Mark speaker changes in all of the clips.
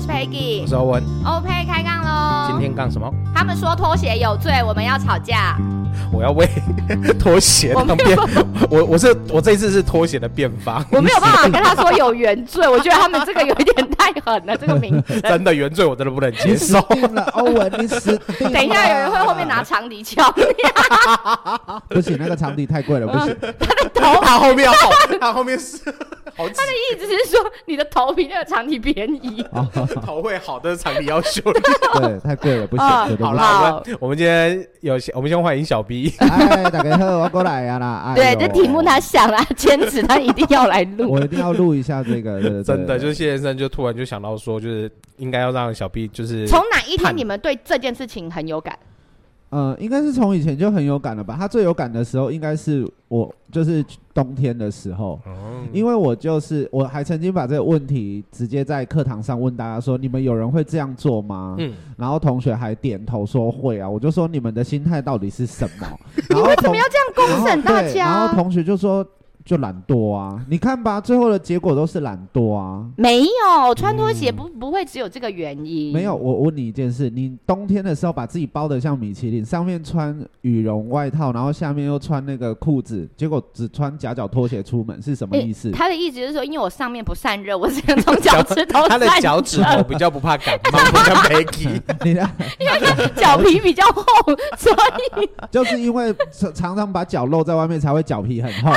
Speaker 1: 是 Peggy，
Speaker 2: 我是欧文，
Speaker 1: OK 开杠
Speaker 2: 今
Speaker 1: 喽。
Speaker 2: 天干什么？
Speaker 1: 他们说拖鞋有罪，我们要吵架。
Speaker 2: 我要为拖鞋
Speaker 1: 嗯我没
Speaker 2: 当
Speaker 1: 有
Speaker 2: 辩， 我我是我这一次是拖鞋的辩方，
Speaker 1: 我没有办法跟他说有原 罪，我觉得他们这个有一点太狠了，这个名字。
Speaker 2: 真的原罪我真的不能接受。
Speaker 3: 定了，欧文，你 死定了。
Speaker 1: 等一下，有人会后面拿长笛敲你，
Speaker 3: 不行，那个场地太贵了，不行。
Speaker 2: 他后面好，他后面是 好几
Speaker 1: 意思是说你的头比那个长笛便宜。
Speaker 3: 哦，
Speaker 2: 头会好，但是场地要修。
Speaker 3: 对，太贵了，不行
Speaker 1: 啊，
Speaker 3: 绝对不
Speaker 2: 好
Speaker 3: 行
Speaker 2: 啦，
Speaker 1: 好
Speaker 2: 我们我们今天有些，我们先欢迎小 B。
Speaker 3: 哎，大家好，我过来呀 啦。 哎
Speaker 1: 对，
Speaker 3: 呦
Speaker 1: 这题目他想了，他坚持他一定要来录。
Speaker 3: 我一定要录一下这个，对对对
Speaker 2: 真的，就是谢先生就突然就想到说，就是应该要让小 B 就是
Speaker 1: 从哪一天
Speaker 2: 看
Speaker 1: 你们对这件事情很有感？
Speaker 3: 呃，应该是从以前就很有感了吧？他最有感的时候，应该是我就是冬天的时候，
Speaker 2: 哦
Speaker 3: 因为我就是我还曾经把这个问题直接在课堂上问大家说：你们有人会这样做吗？
Speaker 2: 嗯，
Speaker 3: 然后同学还点头说会啊，我就说你们的心态到底是什么？ 然
Speaker 1: 你
Speaker 3: 后
Speaker 1: 为什
Speaker 3: 同
Speaker 1: 么要这样公审大
Speaker 3: 然后对然后
Speaker 1: 家？
Speaker 3: 同学就说就懒惰啊，你看吧，最后的结果都是懒惰啊。
Speaker 1: 没有穿拖鞋不不会只有这个原因。
Speaker 3: 没有，，我我问你一件事，你冬天的时候把自己包得像米其林，上面穿羽绒外套，然后下面又穿那个裤子，结果只穿夹脚拖鞋出门，是什么意思？
Speaker 1: 他的意思就是说，因为我上面不散热，我 只能从脚趾头
Speaker 2: 他
Speaker 1: 散
Speaker 2: 的
Speaker 1: 热，
Speaker 2: 脚趾头比较不怕感冒，不像 Peggy。
Speaker 3: 你看，
Speaker 1: 因为他脚皮比较厚，所以
Speaker 3: 就是因为 常常常把脚露在外面，才会脚皮很厚。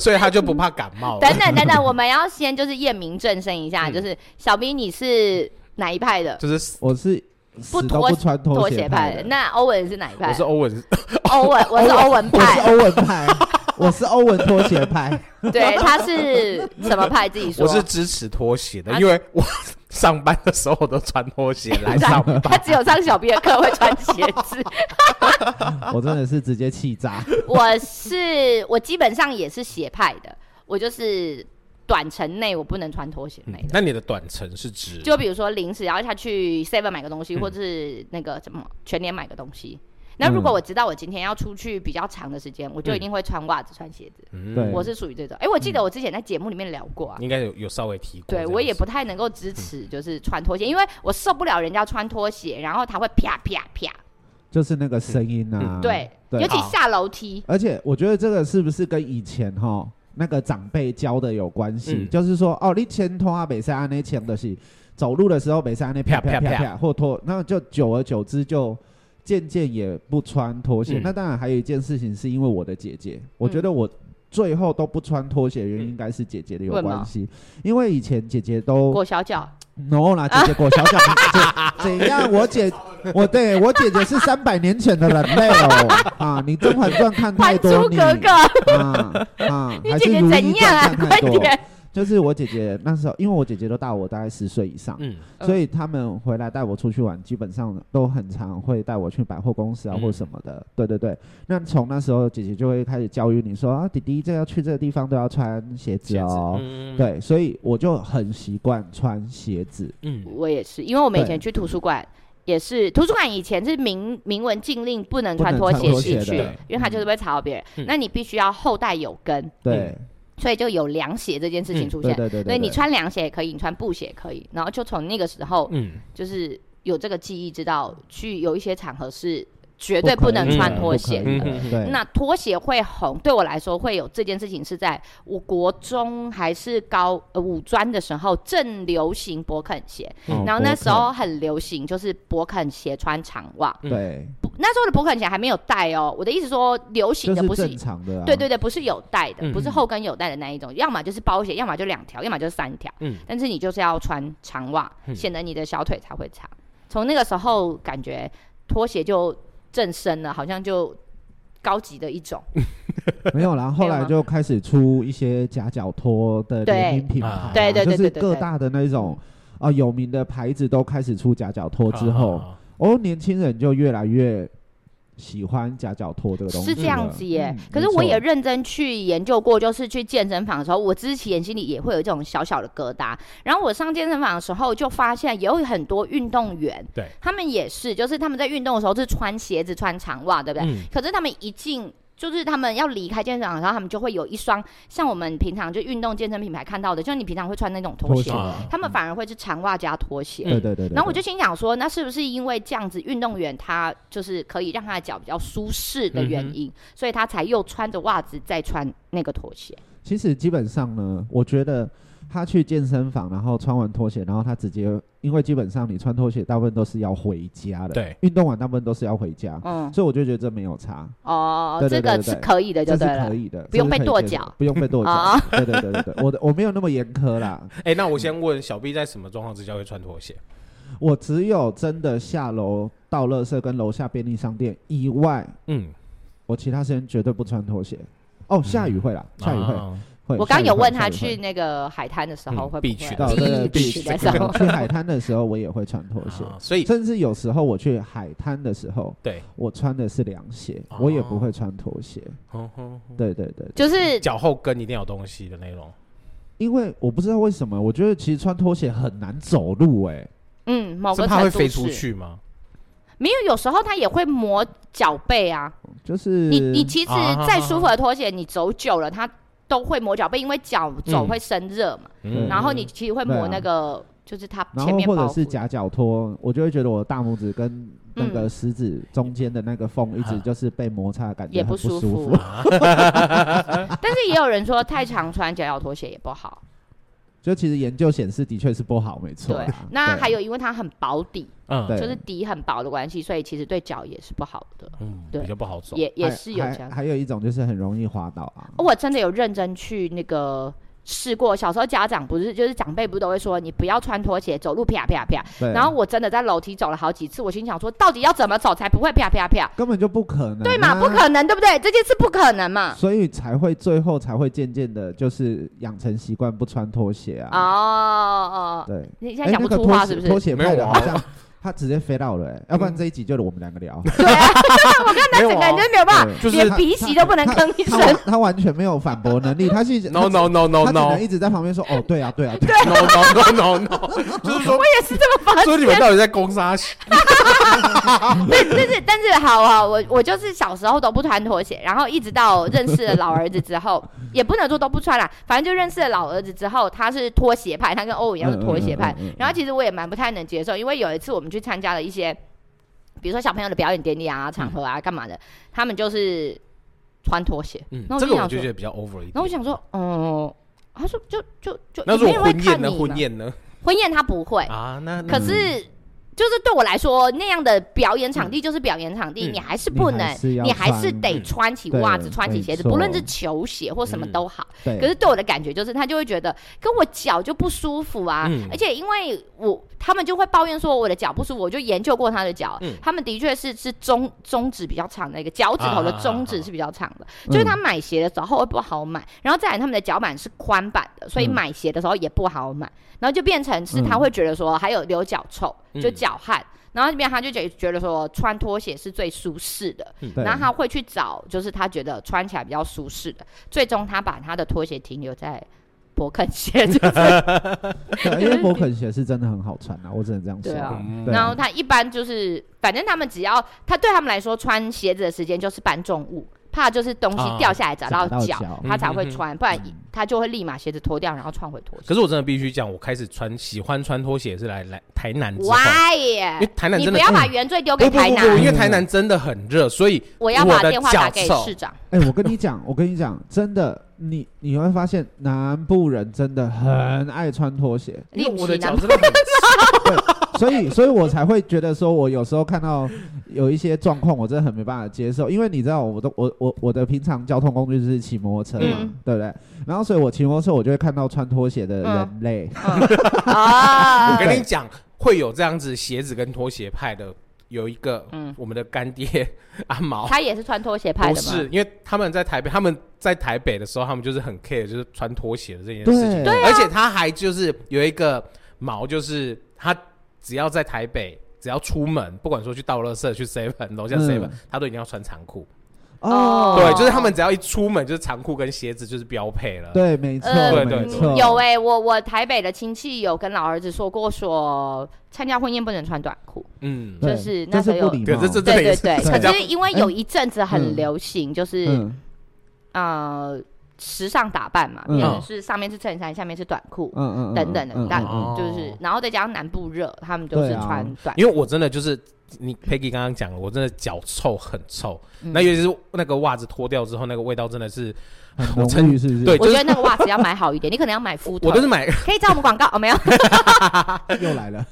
Speaker 2: 所以他就不怕感 冒了。
Speaker 1: 等等等等，我们要先就是验明正身一下，
Speaker 2: 哦嗯
Speaker 1: 就是小兵你是哪一派的？
Speaker 2: 就是
Speaker 3: 我是
Speaker 1: 不
Speaker 3: 死都
Speaker 1: 脱
Speaker 3: 不穿拖
Speaker 1: 鞋
Speaker 3: 派
Speaker 1: 派的。，那欧文是哪一
Speaker 2: 我
Speaker 1: 派
Speaker 2: 是？欧文，
Speaker 1: 欧 文，我是欧文
Speaker 3: 我是
Speaker 1: 派。
Speaker 3: 欧文派， 我是欧文拖鞋派。
Speaker 1: 对，他是什么派？自己说。
Speaker 2: 我是支持拖鞋的
Speaker 1: 啊，
Speaker 2: 因为我 上班的时候我都穿拖鞋来上班。
Speaker 1: 他只有 上小兵的课会穿鞋子。
Speaker 3: 我真的是直接气炸。
Speaker 1: 我是我基本上也是鞋派的，我就是短程内我不能穿拖鞋类的。
Speaker 2: 嗯那你的短程是指
Speaker 1: 就比如说零食，然后他去 Seven 买个东西，
Speaker 2: 嗯
Speaker 1: 或者是那个什么全年买个东西。那如果
Speaker 3: 嗯
Speaker 1: 我知道我今天要出去比较长的时间，我就一定会穿袜子、穿鞋子。
Speaker 2: 嗯
Speaker 3: 对嗯
Speaker 1: 我是属于这种。哎，我记得我之前在节目里面聊过啊。
Speaker 2: 应该有有稍微提过这
Speaker 1: 对，
Speaker 2: 样子。
Speaker 1: 我也不太能够支持，就是穿拖鞋，因为我受不了人家穿拖鞋，然后他会啪啪啪，
Speaker 3: 就是那个声音啊，
Speaker 1: 对，尤其
Speaker 2: 好
Speaker 1: 下楼梯，
Speaker 3: 而且我觉得这个是不是跟以前哈那个长辈教的有关系？
Speaker 2: 嗯
Speaker 3: 就是说，哦，你前拖啊，北山安那前的是走路的时候北山安那啪
Speaker 2: 啪啪
Speaker 3: 啪啪
Speaker 2: 啪
Speaker 3: 啪，或拖，那就久而久之就。渐渐也不穿拖鞋，
Speaker 2: 嗯
Speaker 3: 那当然还有一件事情是因为我的姐姐，我觉
Speaker 1: 嗯
Speaker 3: 得我最后都不穿拖鞋，
Speaker 2: 嗯
Speaker 3: 原因应该是姐姐的有
Speaker 1: 为什么
Speaker 3: 关系，因为以前姐姐都
Speaker 1: 裹小脚，
Speaker 3: no 啦，姐姐裹小脚，怎怎样？我姐，我对我姐姐是三百年前的人类哦。啊，你《甄嬛传》看
Speaker 1: 《还
Speaker 3: 太
Speaker 1: 珠
Speaker 3: 多，你
Speaker 1: 格格》，
Speaker 3: 啊啊，
Speaker 1: 你
Speaker 3: 还
Speaker 1: 姐
Speaker 3: 是
Speaker 1: 姐
Speaker 3: 《如懿
Speaker 1: 怎样啊
Speaker 3: 传》？看
Speaker 1: 快
Speaker 3: 太多。
Speaker 1: 点！
Speaker 3: 就是我姐姐那时候，因为我姐姐都大我大概十岁以上，
Speaker 2: 嗯
Speaker 1: 嗯
Speaker 3: 所以他们回来带我出去玩，基本上都很常会带我去百货公司啊
Speaker 2: 嗯
Speaker 3: 或什么的。对对对，那从那时候姐姐就会开始教育你说啊，弟弟这要去这个地方都要穿鞋子
Speaker 2: 鞋子
Speaker 3: 哦。
Speaker 2: 嗯，
Speaker 3: 对，所以我就很习惯穿鞋子。
Speaker 2: 嗯
Speaker 1: 我也是，因为我们以
Speaker 3: 对
Speaker 1: 前去图书馆也是，图书馆以前是明明文禁令不能
Speaker 3: 不
Speaker 1: 穿
Speaker 3: 能
Speaker 1: 拖
Speaker 3: 穿
Speaker 1: 鞋
Speaker 3: 拖
Speaker 1: 进
Speaker 3: 鞋
Speaker 1: 去
Speaker 3: 的，
Speaker 1: 因为它就是会吵到别人。
Speaker 2: 嗯
Speaker 1: 那你必须要后代有跟，
Speaker 3: 对，
Speaker 1: 所以就有凉鞋这件事情出现。
Speaker 3: 嗯对对对对
Speaker 1: 所以你
Speaker 3: 对
Speaker 1: 穿凉鞋也可以，你穿布鞋也可以，然后就从那个时候
Speaker 2: 嗯，
Speaker 1: 就是有这个记忆，知道去有一些场合是绝对不
Speaker 3: 可以
Speaker 1: 能
Speaker 3: 的
Speaker 1: 穿
Speaker 2: 嗯
Speaker 1: 拖
Speaker 3: 不可
Speaker 1: 鞋
Speaker 3: 以
Speaker 1: 的。
Speaker 2: 嗯
Speaker 3: 的
Speaker 2: 嗯
Speaker 3: 对，
Speaker 1: 那拖鞋会红，对我来说会有这件事情是在我国中还是高呃五专的时候正流行勃肯鞋，
Speaker 3: 哦
Speaker 1: 然后那时，
Speaker 3: 勃
Speaker 1: 候很流行就是勃肯鞋穿长袜，
Speaker 3: 肯对，
Speaker 1: 不那时候的勃肯鞋还没有带哦。我的意思说流行
Speaker 3: 就
Speaker 1: 的不
Speaker 3: 是
Speaker 1: 是。
Speaker 3: 正常的啊，
Speaker 1: 对对对，不是有带的，
Speaker 2: 嗯
Speaker 1: 不是后跟有带的那一种，要么就是包鞋，要么就两条，要么就是三条。
Speaker 2: 嗯
Speaker 1: 但是你就是要穿长袜，
Speaker 2: 嗯
Speaker 1: 显得你的小腿才会长。从那个时候，感觉拖鞋就正身了，好像就高级的一种。
Speaker 3: 没有啦，
Speaker 1: 没
Speaker 3: 后
Speaker 1: 有
Speaker 3: 来
Speaker 1: 吗
Speaker 3: 就开始出一些夹脚拖的联名品牌
Speaker 2: 啊
Speaker 3: 啊，
Speaker 1: 对对对
Speaker 3: 就
Speaker 1: 对
Speaker 3: 是
Speaker 1: 对
Speaker 3: 各
Speaker 1: 对
Speaker 3: 大的那种啊有名的牌子都开始出夹脚拖之后，
Speaker 2: 啊
Speaker 3: 哦，年轻人就越来越喜欢夹脚拖这个东西
Speaker 1: 是
Speaker 3: 了，
Speaker 1: 这样子耶。
Speaker 3: 嗯
Speaker 1: 可是
Speaker 3: 没
Speaker 1: 我也
Speaker 3: 错
Speaker 1: 认真去研究过，就是去健身房的时候，我之前心里也会有这种小小的疙瘩。然后我上健身房的时候，就发现有很多运动员，
Speaker 2: 对
Speaker 1: 他们也是，就是他们在运动的时候是穿鞋子、穿长袜，对不对？
Speaker 2: 嗯
Speaker 1: 可是他们一进就是他们要离开健身房的时候，他们就会有一双像我们平常就运动健身品牌看到的，就是你平常会穿那种拖
Speaker 3: 拖
Speaker 1: 鞋
Speaker 3: 鞋，
Speaker 2: 啊
Speaker 1: 他们反而会是长袜加拖鞋。
Speaker 3: 对对对对。
Speaker 1: 然后我就
Speaker 3: 对
Speaker 1: 心想说，那是不是因为这样子，运动员他就是可以让他的脚比较舒适的
Speaker 3: 嗯
Speaker 1: 原因，所以他才又穿着袜子再穿那个拖鞋？
Speaker 3: 其实基本上呢，我觉得他去健身房，然后穿完拖鞋，然后他直接，因为基本上你穿拖鞋大部分都是要回家的，
Speaker 2: 对，
Speaker 3: 运动完大部分都是要回家，
Speaker 1: 嗯，
Speaker 3: 所以我就觉得这没有差，
Speaker 1: 哦，
Speaker 3: 对对
Speaker 1: 这
Speaker 3: 对
Speaker 1: 个
Speaker 3: 对
Speaker 1: 是
Speaker 3: 对
Speaker 1: 可以的，
Speaker 3: 这
Speaker 1: 就是对了
Speaker 3: 可。以的，
Speaker 1: 不用被
Speaker 3: 这是可以
Speaker 1: 跺
Speaker 3: 接受
Speaker 1: 脚
Speaker 3: 不用被跺脚
Speaker 1: 啊，
Speaker 3: 对对对对对，我的我没有那么严苛啦，
Speaker 2: 哎，那我先问小 B 在什么状况之下会穿拖鞋？
Speaker 3: 我只有真的下楼到垃圾跟楼下便利商店以外，
Speaker 2: 嗯，
Speaker 3: 我其他时间绝对不穿拖鞋。哦，下雨会啦，下雨会
Speaker 2: 啊
Speaker 3: 会。
Speaker 1: 我刚有问他
Speaker 3: 下雨会
Speaker 1: 去那个海滩的时候
Speaker 2: 嗯
Speaker 1: 会不会
Speaker 2: 必去
Speaker 3: 到 那个
Speaker 1: 必
Speaker 3: beach
Speaker 1: 去的时 候，
Speaker 3: 去海滩的时候，我也会穿拖鞋。
Speaker 2: 啊所以
Speaker 3: 甚至有时候我去海滩的时候，
Speaker 2: 对，
Speaker 3: 我穿的是凉鞋，
Speaker 2: 哦
Speaker 3: 我也不会穿拖鞋。
Speaker 2: 哼哼哼
Speaker 3: 对对对，
Speaker 1: 就是
Speaker 2: 脚后跟一定要有东西的那种。
Speaker 3: 因为我不知道为什么，我觉得其实穿拖鞋很难走路、哎，
Speaker 1: 嗯，某
Speaker 2: 是
Speaker 1: 个
Speaker 2: 怕
Speaker 1: 程
Speaker 2: 会
Speaker 1: 度
Speaker 2: 飞出
Speaker 1: 是。
Speaker 2: 去吗？
Speaker 1: 没有，有时候他也会磨脚背啊。
Speaker 3: 就是
Speaker 1: 你你其实
Speaker 2: 啊
Speaker 1: 再舒服的拖鞋，你走久了它都会磨脚背，因为脚走会生热嘛。
Speaker 3: 嗯
Speaker 1: 然后你其实会磨
Speaker 3: 对啊
Speaker 1: 那个，就是它
Speaker 3: 然
Speaker 1: 前
Speaker 3: 后
Speaker 1: 面
Speaker 3: 或
Speaker 1: 包
Speaker 3: 者
Speaker 1: 覆
Speaker 3: 是夹脚托，我就会觉得我大拇指跟那
Speaker 1: 嗯
Speaker 3: 个食指中间的那个缝一
Speaker 2: 啊
Speaker 3: 直就是被摩擦，感觉
Speaker 1: 也
Speaker 3: 很不
Speaker 1: 舒
Speaker 3: 舒
Speaker 1: 服。
Speaker 3: 服。
Speaker 1: 但是也有人说太常穿脚脚拖鞋也不好。
Speaker 3: 就其实研究显示的确是不好，没 错
Speaker 1: 对
Speaker 3: 啦。，
Speaker 1: 那
Speaker 3: 对啊
Speaker 1: 还有因为它很薄底，
Speaker 2: 嗯
Speaker 3: 对
Speaker 1: 就是底很薄的关系，所以其实对脚也是不好的，
Speaker 2: 嗯，
Speaker 1: 对
Speaker 2: 比较不好走。
Speaker 1: 也也
Speaker 3: 还
Speaker 1: 是有这样哦
Speaker 3: 还。还有一种就是很容易滑倒啊。
Speaker 1: 我真的有认真去那个。试过，小时候家长不是就是长辈不都会说你不要穿拖鞋走路啪啪啪，
Speaker 3: 对，
Speaker 1: 然后我真的在楼梯走了好几次，我心想说到底要怎么走才不会啪啪啪？
Speaker 3: 根本就不可能、啊
Speaker 1: 对嘛，不。可能，对不对？这件事不可能嘛。
Speaker 3: 所以才会最后才会渐渐的，就是养成习惯不穿拖鞋
Speaker 1: 哦
Speaker 3: 啊。
Speaker 1: 哦，哦
Speaker 3: 对，
Speaker 1: 你现
Speaker 3: 哎，
Speaker 1: 在讲不
Speaker 3: 那个
Speaker 1: 出
Speaker 3: 拖
Speaker 1: 话
Speaker 3: 鞋
Speaker 1: 是不是？
Speaker 3: 拖鞋
Speaker 2: 没有
Speaker 3: 派的
Speaker 2: 啊
Speaker 3: 好像他直接飞到了、哎要不然这一集就我们两 个聊。
Speaker 1: 对啊，我刚才
Speaker 2: 没有
Speaker 1: 整个人
Speaker 2: 啊
Speaker 1: 就没有办
Speaker 3: 对
Speaker 1: 法，
Speaker 2: 就是
Speaker 1: 连
Speaker 3: 他
Speaker 1: 鼻息都不能
Speaker 3: 他
Speaker 1: 吭一
Speaker 3: 他
Speaker 1: 声。
Speaker 3: 完他完全没有反 驳能力，他是
Speaker 2: No no no
Speaker 3: 他
Speaker 2: no no
Speaker 3: 只能一直在旁边说哦，对啊，对啊，对啊
Speaker 2: no no no no no，就是 说，
Speaker 1: 也是这么发
Speaker 2: 所以你们到底在攻杀小？
Speaker 1: 对，但是但是好啊，我我就是小时候都不穿拖鞋，然后一直到认识了老儿子之后，也不能说都不穿啦，反正就认识了老儿子之后，他是拖鞋派，他跟欧文一样是拖鞋派。
Speaker 3: 嗯嗯嗯嗯嗯
Speaker 1: 然后其实我也蛮不太能接受，因为有一次我们去参加了一些，比如说小朋友的表演典礼啊、场合啊、干嘛的，他们就是穿拖鞋。
Speaker 2: 嗯
Speaker 1: 那，我
Speaker 2: 这
Speaker 1: 就
Speaker 2: 个我
Speaker 1: 想
Speaker 2: 就
Speaker 1: 说
Speaker 2: 觉得比较 over 一点。
Speaker 1: 然后我想说，哦、他说就就就，
Speaker 2: 那如
Speaker 1: 没
Speaker 2: 果
Speaker 1: 人会
Speaker 2: 婚宴
Speaker 1: 看
Speaker 2: 呢？
Speaker 1: 你
Speaker 2: 婚
Speaker 1: 嘛
Speaker 2: 宴呢？
Speaker 1: 婚宴他不会，
Speaker 2: 啊，那
Speaker 3: 嗯
Speaker 2: 那
Speaker 1: 可是，就是对我来说，那样的表演场地就是表演场地，
Speaker 2: 嗯
Speaker 1: 你还是不能，
Speaker 3: 你还是要
Speaker 1: 你还是
Speaker 3: 穿
Speaker 1: 得
Speaker 2: 嗯
Speaker 1: 穿起
Speaker 3: 对
Speaker 1: 袜子、穿起
Speaker 3: 没
Speaker 1: 鞋子，
Speaker 3: 错
Speaker 1: 不论是球鞋或什么
Speaker 2: 嗯
Speaker 1: 都好。
Speaker 3: 对，
Speaker 1: 可是对我的感觉就是，他就会觉得跟我脚就不舒服啊，
Speaker 2: 嗯
Speaker 1: 而且因为我他们就会抱怨说我的脚不舒服，我就研究过他的脚，
Speaker 2: 嗯
Speaker 1: 他们的确是是中中指比较长的一个脚趾头的
Speaker 2: 啊啊啊啊
Speaker 1: 中指是比较长的，就是他买鞋的时候会哦不好买，然后再来他们的脚板是宽板的，所以
Speaker 3: 嗯
Speaker 1: 买鞋的时候也不好买，然后就变成是他会觉得说还有留脚臭，
Speaker 2: 嗯
Speaker 1: 就脚汗。然后这边他就觉觉得说穿拖鞋是最舒适的，
Speaker 3: 对
Speaker 1: 然后他会去找，就是他觉得穿起来比较舒适的。最终他把他的拖鞋停留在勃肯鞋， 就是
Speaker 3: 对因为勃肯鞋是真的很好穿啊，我只能这样说。
Speaker 1: 对啊
Speaker 2: 嗯
Speaker 3: 对
Speaker 1: 然后他一般就是，反正他们只要他对他们来说穿鞋子的时间就是搬重物，怕就是东西
Speaker 2: 啊
Speaker 1: 掉下来砸到
Speaker 3: 砸到
Speaker 1: 脚
Speaker 3: 脚，
Speaker 1: 他才会
Speaker 2: 嗯嗯嗯
Speaker 1: 穿，不然他就会立马鞋子脱掉，然后穿回拖鞋。
Speaker 2: 可是我真的必须讲，我开始穿喜欢穿拖鞋是来来台南之后，
Speaker 1: Why？
Speaker 2: 因为台南
Speaker 1: 你
Speaker 2: 真
Speaker 1: 不
Speaker 2: 的
Speaker 1: 要
Speaker 2: 嗯
Speaker 1: 把原罪丢
Speaker 2: 不
Speaker 1: 给
Speaker 2: 不
Speaker 1: 台
Speaker 2: 不不，
Speaker 1: 南，
Speaker 2: 因为台南真的很热，所以
Speaker 1: 我要把
Speaker 2: 的
Speaker 1: 电话打
Speaker 2: 脚
Speaker 1: 给
Speaker 2: 臭
Speaker 1: 市长。
Speaker 3: 哎、我跟你讲，我跟你讲，真的，你你会发现南部人真的很爱穿拖鞋，
Speaker 2: 因为
Speaker 1: 立
Speaker 2: 我的
Speaker 1: 即拿
Speaker 2: 脚真的很
Speaker 3: 所以，所以我才会觉得说，我有时候看到有一些状况，我真的很没办法接受，因为你知道，我都我我我的平常交通工具就是骑摩托车嘛，
Speaker 1: 嗯
Speaker 3: 对不对？然后，所以我骑摩托车，我就会看到穿拖鞋的人类，
Speaker 1: 啊
Speaker 2: 我！跟你讲，会有这样子鞋子跟拖鞋派的，有一个
Speaker 1: 嗯
Speaker 2: 我们的干爹 阿毛，
Speaker 1: 他也是穿拖鞋拍
Speaker 2: 不
Speaker 1: 的吗？
Speaker 2: 是，因为他们在台北，他们在台北的时候，他们就是很 care 就是穿拖鞋的这件事情，
Speaker 3: 对
Speaker 1: 啊
Speaker 3: 对
Speaker 2: 而且他还就是有一个毛，就是他只要在台北。只要出门，不管说去倒垃圾、去 seven 楼下
Speaker 3: 嗯
Speaker 2: seven，、他都一定要穿长裤。
Speaker 1: 哦
Speaker 2: 对，就是他们只要一出门，就是长裤跟鞋子就是标配了。
Speaker 3: 对，没错，
Speaker 1: 呃
Speaker 2: 对
Speaker 3: 没
Speaker 2: 对
Speaker 3: 错，
Speaker 1: 有哎、我我台北的亲戚有跟老儿子说过说参加婚宴不能穿短裤，
Speaker 2: 嗯，
Speaker 3: 对
Speaker 1: 就是那
Speaker 3: 这
Speaker 1: 时
Speaker 3: 是
Speaker 1: 候
Speaker 3: 不
Speaker 1: 有
Speaker 3: 礼
Speaker 2: 对，
Speaker 3: 貌，
Speaker 2: 这这真的
Speaker 1: 对
Speaker 2: 也
Speaker 1: 对
Speaker 2: 是
Speaker 1: 对，
Speaker 2: 参加
Speaker 1: 可是因为有一阵子很流行，就是、
Speaker 3: 嗯
Speaker 1: 呃时尚打扮嘛，
Speaker 3: 嗯
Speaker 1: 变成是上面是衬衫，下面是短裤。
Speaker 3: 嗯嗯
Speaker 1: 等等的但
Speaker 2: 哦
Speaker 1: 就是，然后再加上南部热，他们就是
Speaker 3: 对啊
Speaker 1: 穿短。
Speaker 2: 因为我真的就是你 Peggy 刚刚讲了，我真的脚臭很臭，
Speaker 1: 嗯
Speaker 2: 那尤其是那个袜子脱掉之后，那个味道真的是，
Speaker 3: 很
Speaker 2: 我
Speaker 3: 浓
Speaker 2: 曾
Speaker 3: 郁是不是？
Speaker 2: 对
Speaker 1: 我觉
Speaker 2: 就是
Speaker 1: 得那个袜子要买好一点，你可能要买肤
Speaker 2: 我
Speaker 1: 透
Speaker 2: 都。是买，
Speaker 1: 可以找我们广告哦，没有，
Speaker 3: 又来了，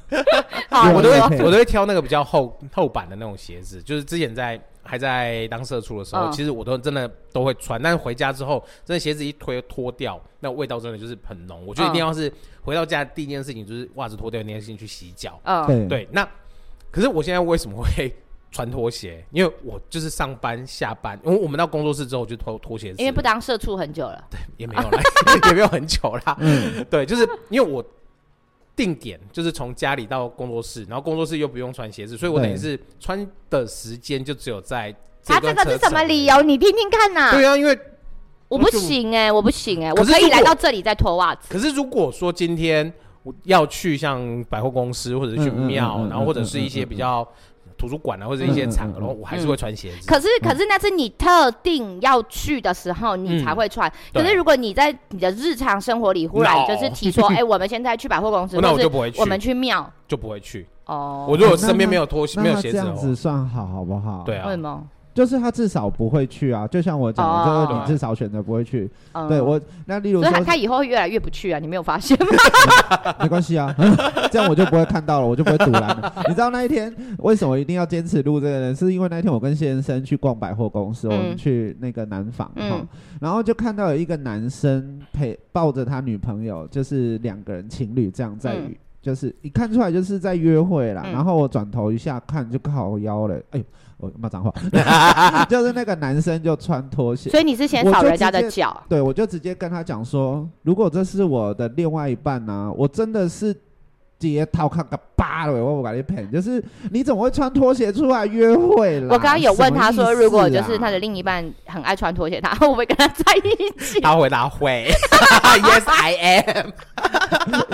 Speaker 1: 好，
Speaker 3: 我
Speaker 1: 你
Speaker 2: 我都 会
Speaker 1: 说
Speaker 3: 对
Speaker 2: 我都会挑那个比较厚厚版的那种鞋子，就是之前在还在当社畜的时候，
Speaker 1: 嗯
Speaker 2: 其实我都真的都会穿，但是回家之后，真的鞋子一脱脱掉，那味道真的就是很浓。我觉得一
Speaker 1: 嗯
Speaker 2: 定要是回到家第一件事情就是袜子脱掉，第一件事情去洗脚。
Speaker 1: 嗯，
Speaker 3: 对，
Speaker 2: 哦对，那可是我现在为什么会穿拖鞋？因为我就是上班下班，因为我们到工作室之后我就脱拖鞋子，
Speaker 1: 因为不当社畜很久了，
Speaker 2: 也没有 啦，也没有很久啦。
Speaker 3: 嗯
Speaker 2: 对，就是因为我定点就是从家里到工作室，然后工作室又不用穿鞋子，所以我等于
Speaker 3: 对
Speaker 2: 是穿的时间就只有在
Speaker 1: 他啊这
Speaker 2: 段
Speaker 1: 个
Speaker 2: 车
Speaker 1: 是什么
Speaker 2: 程
Speaker 1: 理？由？你听听看呐。
Speaker 2: 对啊，因为
Speaker 1: 我不行
Speaker 3: 嗯
Speaker 1: 哎，我不行哎，我
Speaker 2: 可是
Speaker 1: 可以
Speaker 2: 如果
Speaker 1: 来到这里再脱袜子。
Speaker 2: 可是如果说今天我要去像百货公司或者是去
Speaker 3: 嗯嗯
Speaker 2: 庙，
Speaker 3: 嗯嗯
Speaker 2: 然后或者是一些比较图书馆啊或者一些
Speaker 3: 嗯嗯嗯
Speaker 2: 场合，
Speaker 3: 嗯
Speaker 2: 然后我还是会穿鞋子。
Speaker 1: 可是，可是那是你特定要去的时候你
Speaker 3: 嗯
Speaker 1: 才会穿。
Speaker 2: 对
Speaker 1: 可是如果你在你的日常生活里忽然
Speaker 2: No
Speaker 1: 就是提 说，哎、我们现在去百货公
Speaker 3: 哦
Speaker 1: 司，
Speaker 2: 哦那我
Speaker 1: 或
Speaker 2: 就是不会去，
Speaker 1: 我们去庙，
Speaker 2: 就不会去。
Speaker 1: 哦，
Speaker 2: 我如果身边没有拖鞋，
Speaker 3: 那
Speaker 2: 没有
Speaker 3: 他
Speaker 2: 鞋
Speaker 3: 这
Speaker 2: 子
Speaker 3: 样子
Speaker 2: 哦，
Speaker 3: 算好好不好？
Speaker 2: 对，
Speaker 1: 为什
Speaker 2: 啊，
Speaker 1: 么？
Speaker 3: 就是他至少不会去啊，就像我讲的，就是
Speaker 1: 哦
Speaker 3: 你至少选择不会去。
Speaker 1: 嗯
Speaker 3: 对。我，那例如
Speaker 1: 所以他
Speaker 3: 说
Speaker 1: 他以后会越来越不去啊，你没有发现 吗？
Speaker 3: 没关系啊， 这样我就不会看到了，我就不会阻拦了。你知道那一天为什么一定要坚持录这个呢？是因为那天我跟先生去逛百货公司，
Speaker 1: 嗯
Speaker 3: 我们去那个南纺，
Speaker 1: 嗯
Speaker 3: 哈然后就看到有一个男生陪抱着他女朋友，就是两个人情侣这样在。
Speaker 1: 嗯
Speaker 3: 就是一看出来就是在约会啦，
Speaker 1: 嗯
Speaker 3: 然后我转头一下看就靠腰了，哎呦，我骂 脏话， 就是那个男生就穿拖鞋，
Speaker 1: 所以你是嫌
Speaker 3: 我
Speaker 1: 扫
Speaker 3: 就
Speaker 1: 人家
Speaker 3: 直
Speaker 1: 的
Speaker 3: 接
Speaker 1: 脚，
Speaker 3: 对，我就直接跟他讲说，如果这是我的另外一半呢、我真的是直掏看个疤了，我把你骗，就是你怎么会穿拖鞋出来约会啦？
Speaker 1: 我刚刚有问他
Speaker 3: 什
Speaker 1: 说，
Speaker 3: 么意思啊
Speaker 1: 如果就是他的另一半很爱穿拖鞋，他 会不会跟他在一起？
Speaker 2: 他回答会 ，Yes I am。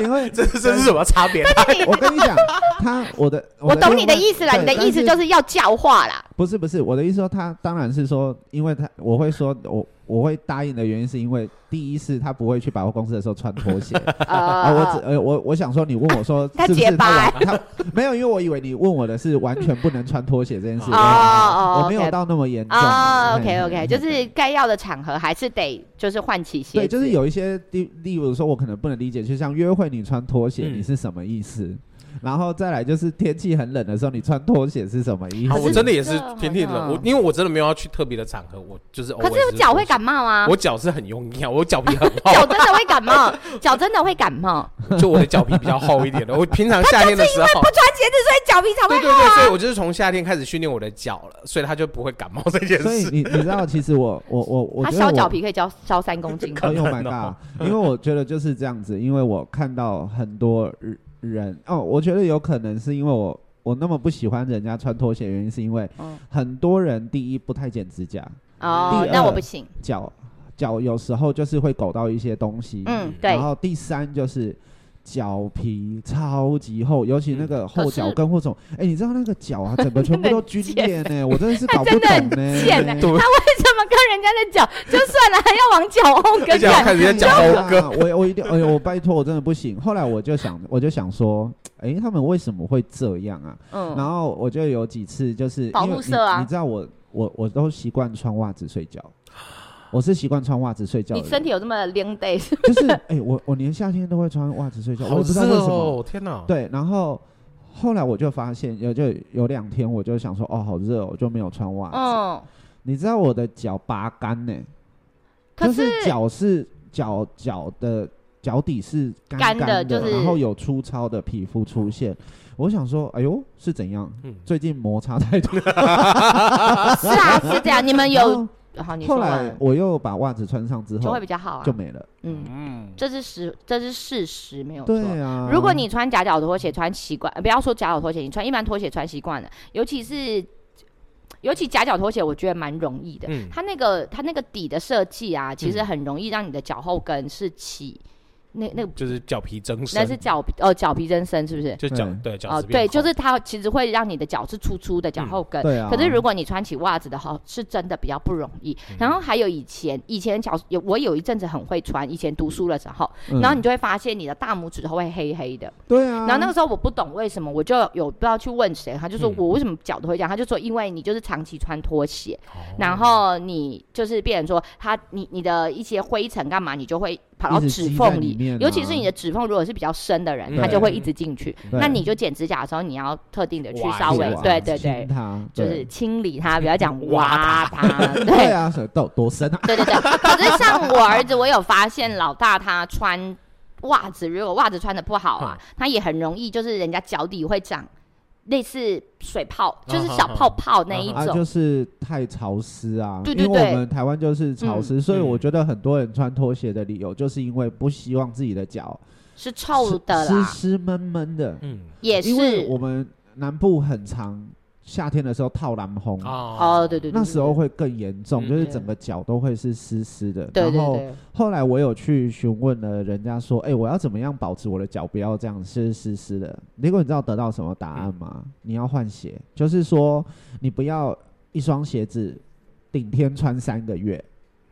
Speaker 3: 因为
Speaker 2: 这这是什么差别？
Speaker 3: 我跟你讲，他我的
Speaker 1: 我懂你的意思啦，
Speaker 3: 对
Speaker 1: 你的
Speaker 3: 但
Speaker 1: 意思
Speaker 3: 是
Speaker 1: 就是要教化啦。
Speaker 3: 不是不是我的意思说他当然是说，因为他我会说我我会答应的原因是因为第一是他不会去百货公司的时候穿拖鞋， 啊，我只
Speaker 1: 呃，
Speaker 3: 呃，我我想说，你问我说
Speaker 1: 他
Speaker 3: 是不
Speaker 1: 结
Speaker 3: 是
Speaker 1: 巴
Speaker 3: 他完他没有，因为我以为你问我的是完全不能穿拖鞋这件事，
Speaker 2: 哦
Speaker 1: 哦
Speaker 3: 我没有
Speaker 1: ，OK
Speaker 3: 到那么严重
Speaker 1: 啊
Speaker 3: 嘿
Speaker 1: ，OK
Speaker 3: 嘿
Speaker 1: OK，
Speaker 3: 嘿
Speaker 1: 就是该要的场合还是得就是换起鞋
Speaker 3: 对，
Speaker 1: 子，
Speaker 3: 就是有一些例，例如说，我可能不能理解，就像约会你穿拖鞋，
Speaker 2: 嗯
Speaker 3: 你是什么意思？然后再来就是天气很冷的时候，你穿拖鞋是什么意
Speaker 2: 啊
Speaker 3: 思？
Speaker 1: 可是
Speaker 2: 我真的也是
Speaker 1: 这
Speaker 2: 天天
Speaker 1: 好像
Speaker 2: 冷，我因为我真的没有要去特别的场合，我就是
Speaker 1: 可
Speaker 2: always
Speaker 1: 是我脚会感冒啊
Speaker 2: 我，脚是很用力啊，我脚 皮很
Speaker 1: 脚
Speaker 2: 厚，
Speaker 1: 真的会感冒，脚真的会感冒。
Speaker 2: 就我的脚皮比较厚一点的。我平常夏天的时候
Speaker 1: 不，穿鞋子，所以脚皮才
Speaker 2: 对
Speaker 1: 会啊
Speaker 2: 对对，所以我就是从夏天开始训练我的脚了，所以它就不会感冒这件
Speaker 3: 所以
Speaker 2: 事。
Speaker 3: 你你知道，其实我我我我
Speaker 1: 他
Speaker 3: 觉得
Speaker 1: 削
Speaker 3: 我
Speaker 1: 啊脚皮可以削削三公 斤。
Speaker 3: 哎呦
Speaker 2: 可
Speaker 3: my
Speaker 2: 能哦
Speaker 3: god！因为我觉得就是这样子，因为我看到很多人人哦，我觉得有可能是因为我我那么不喜欢人家穿拖鞋，原因是因为
Speaker 1: 嗯
Speaker 3: 很多人第一不太剪指甲，
Speaker 1: 哦，
Speaker 3: 第
Speaker 1: 那
Speaker 3: 二
Speaker 1: 我不行。
Speaker 3: 脚脚有时候就是会狗到一些东西，
Speaker 1: 嗯，对
Speaker 3: 然。后第三就是。脚皮超级厚，尤其那个后脚跟或什么，哎、你知道那个脚啊，整个全部都皲裂呢，我真的是搞 不
Speaker 1: 真的
Speaker 3: 懂
Speaker 1: 很
Speaker 3: 呢。
Speaker 1: 贱欸，他为
Speaker 2: 对
Speaker 1: 什么跟人家的脚就算了，还要往脚后
Speaker 2: 而
Speaker 1: 跟
Speaker 2: 且我
Speaker 1: 看？
Speaker 2: 开始在脚后跟，
Speaker 3: 啊我我一定，哎呦，我拜托，我真的不行。后来我就想，我就想说，哎，他们为什么会这样啊？然
Speaker 1: 嗯，
Speaker 3: 后我就有几次就是因为
Speaker 1: 保护色啊
Speaker 3: 你，你知道我我我都习惯穿袜子睡觉，我是习惯穿袜子睡觉的
Speaker 1: 你
Speaker 3: 人，
Speaker 1: 身体有这么 l day 是吗
Speaker 3: 就是哎，我我连夏天都会穿袜子睡觉，我也不知道为什么。
Speaker 2: 哦！天哪，
Speaker 3: 对，然后后来我就发现，有就有两天我就想说，哦，好热哦，我就没有穿袜子。
Speaker 1: 嗯，
Speaker 3: 你知道我的脚拔干呢、
Speaker 1: 可
Speaker 3: 就是是脚是脚脚的脚底是干
Speaker 1: 干的
Speaker 3: 的，
Speaker 1: 就是
Speaker 3: 然后有粗糙的皮肤出现。我想说，哎呦，是怎样？
Speaker 2: 嗯
Speaker 3: 最近摩擦 太多。
Speaker 1: 是啊，是这 样。你们有好，
Speaker 3: 然
Speaker 1: 你
Speaker 3: 后
Speaker 1: 说
Speaker 3: 后
Speaker 1: 完
Speaker 3: 来我又把袜子穿上之
Speaker 1: 就
Speaker 3: 后
Speaker 1: 会比较好啊
Speaker 3: 就。没了。
Speaker 1: 嗯，
Speaker 2: 嗯，
Speaker 1: 这是实，这是事实，没有错。
Speaker 3: 对啊，
Speaker 1: 如果你穿夹脚拖鞋穿习惯，呃不要说夹脚拖鞋，你穿一般拖鞋穿习惯了，尤其是尤其夹脚拖鞋，我觉得蛮容易的。
Speaker 2: 嗯
Speaker 1: 它那个它那个底的设计啊，其实很容易让你的脚后跟是起，那那个
Speaker 2: 就是脚皮增生
Speaker 1: 那，是脚皮哦，脚皮增生是不是？
Speaker 2: 就脚
Speaker 3: 嗯
Speaker 2: 对脚
Speaker 1: 哦，
Speaker 2: 趾变
Speaker 1: 对，就
Speaker 2: 空
Speaker 1: 是它其实会让你的脚是粗粗的脚后跟。
Speaker 3: 对啊。
Speaker 1: 可是如果你穿起袜子的话，是真的比较不容易。然后还有以前，以前脚有我有一阵子很会穿，以前读书的时候，
Speaker 3: 嗯
Speaker 1: 然后你就会发现你的大拇指头会黑黑的。
Speaker 3: 对啊，
Speaker 1: 然后那个时候我不懂为什么，我就有不知道去问谁，他就说
Speaker 2: 嗯
Speaker 1: 我为什么脚都会这样，他就说因为你就是长期穿拖鞋，
Speaker 2: 哦
Speaker 1: 然后你就是变成说他你你的一些灰尘干嘛，你就会跑到
Speaker 3: 一直
Speaker 1: 指
Speaker 3: 积在
Speaker 1: 缝
Speaker 3: 里面啊
Speaker 1: 尤其是你的指缝如果是比较深的人，
Speaker 2: 嗯
Speaker 1: 他就会一直进去。
Speaker 3: 对啊
Speaker 1: 那你就剪指甲的时候，你要特定的去
Speaker 2: 挖
Speaker 1: 稍
Speaker 2: 一
Speaker 1: 微
Speaker 2: 下
Speaker 1: 对对对
Speaker 3: 亲，它
Speaker 1: 就是清理它，不要讲挖
Speaker 2: 挖
Speaker 1: 它，
Speaker 3: 对
Speaker 1: 对。
Speaker 3: 啊，水豆多深啊，
Speaker 1: 对对对，可是像我儿子，我有发现老大他穿袜子，如果袜子穿的不好啊，
Speaker 3: 嗯
Speaker 1: 他也很容易就是人家脚底会长类似水泡，
Speaker 3: 嗯
Speaker 1: 就是小泡泡那一
Speaker 3: 啊
Speaker 1: 种
Speaker 3: 就。是太潮湿啊，
Speaker 1: 对对
Speaker 3: 因为
Speaker 1: 对
Speaker 3: 我们台湾就是潮湿，所以
Speaker 2: 嗯
Speaker 3: 我觉得很多人穿拖鞋的理由就是因为不希望自己的脚
Speaker 1: 是臭的
Speaker 3: 啊湿
Speaker 1: 啦，
Speaker 3: 湿闷闷的，
Speaker 2: 嗯
Speaker 1: 也
Speaker 3: 因为
Speaker 1: 是
Speaker 3: 我们南部很常夏天的时候套蓝红。
Speaker 2: 哦
Speaker 1: 哦，对对对，
Speaker 3: 那时候会更严重，
Speaker 2: 嗯
Speaker 3: 就是整个脚都会是湿湿的。
Speaker 1: 对对
Speaker 3: 然后
Speaker 1: 对，
Speaker 3: 后来我有去询问了人家说，哎、我要怎么样保持我的脚不要这样湿湿湿的？结果你知道得到什么答案吗？
Speaker 1: 嗯
Speaker 3: 你要换鞋，就是说你不要一双鞋子顶天穿三个月，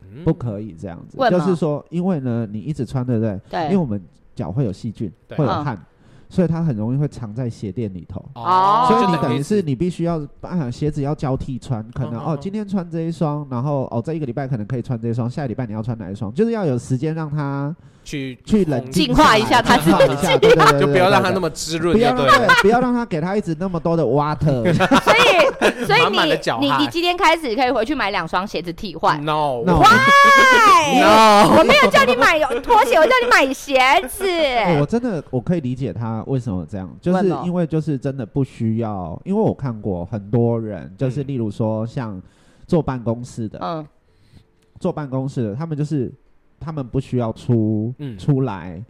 Speaker 2: 嗯
Speaker 3: 不可以这样子。
Speaker 1: 为什
Speaker 3: 就
Speaker 1: 么
Speaker 3: 是说，因为呢，你一直穿，对不对？
Speaker 1: 对
Speaker 3: 因为我们脚会有细菌，
Speaker 2: 对
Speaker 3: 会有
Speaker 1: 嗯
Speaker 3: 汗，所以它很容易会藏在鞋垫里头。
Speaker 1: 哦
Speaker 3: 所以
Speaker 2: 就
Speaker 3: 你
Speaker 2: 等
Speaker 3: 等
Speaker 2: 于
Speaker 3: 于是你必须要把鞋子要交替穿，可能
Speaker 2: 嗯嗯
Speaker 3: 哦
Speaker 2: 嗯
Speaker 3: 今天穿这一双，然后哦这一个礼拜可能可以穿这一双，下个礼拜你要穿哪一双，就是要有时间让它
Speaker 2: 去
Speaker 3: 去冷静
Speaker 1: 进化一下它
Speaker 3: 进化
Speaker 1: 自
Speaker 3: 一
Speaker 1: 己
Speaker 3: 下，对对对对
Speaker 2: 就不要让它那
Speaker 3: 么
Speaker 2: 么滋润，
Speaker 3: 不
Speaker 2: 就
Speaker 3: 要让
Speaker 2: 对了。
Speaker 3: 对，不要让它给它一直那么多的 water，
Speaker 1: 所以所以
Speaker 2: 满满的脚
Speaker 1: 你你
Speaker 2: 汗
Speaker 1: 你今天开始可以回去买两双鞋子替
Speaker 3: 嗯
Speaker 1: 换。
Speaker 2: No
Speaker 3: 那我
Speaker 1: 哎
Speaker 3: 哦
Speaker 2: No，
Speaker 1: 我没有叫你买拖鞋，我叫你买鞋子。
Speaker 3: 哎我真的我可以理解他为什么这样，就
Speaker 1: 为
Speaker 3: 是
Speaker 1: 什么
Speaker 3: 因为就是真的不需要，因为我看过很多人，就是
Speaker 2: 嗯
Speaker 3: 例如说像坐办公室的，
Speaker 1: 嗯，
Speaker 3: 坐办公室的，他们就是他们不需要出
Speaker 2: 嗯
Speaker 3: 出来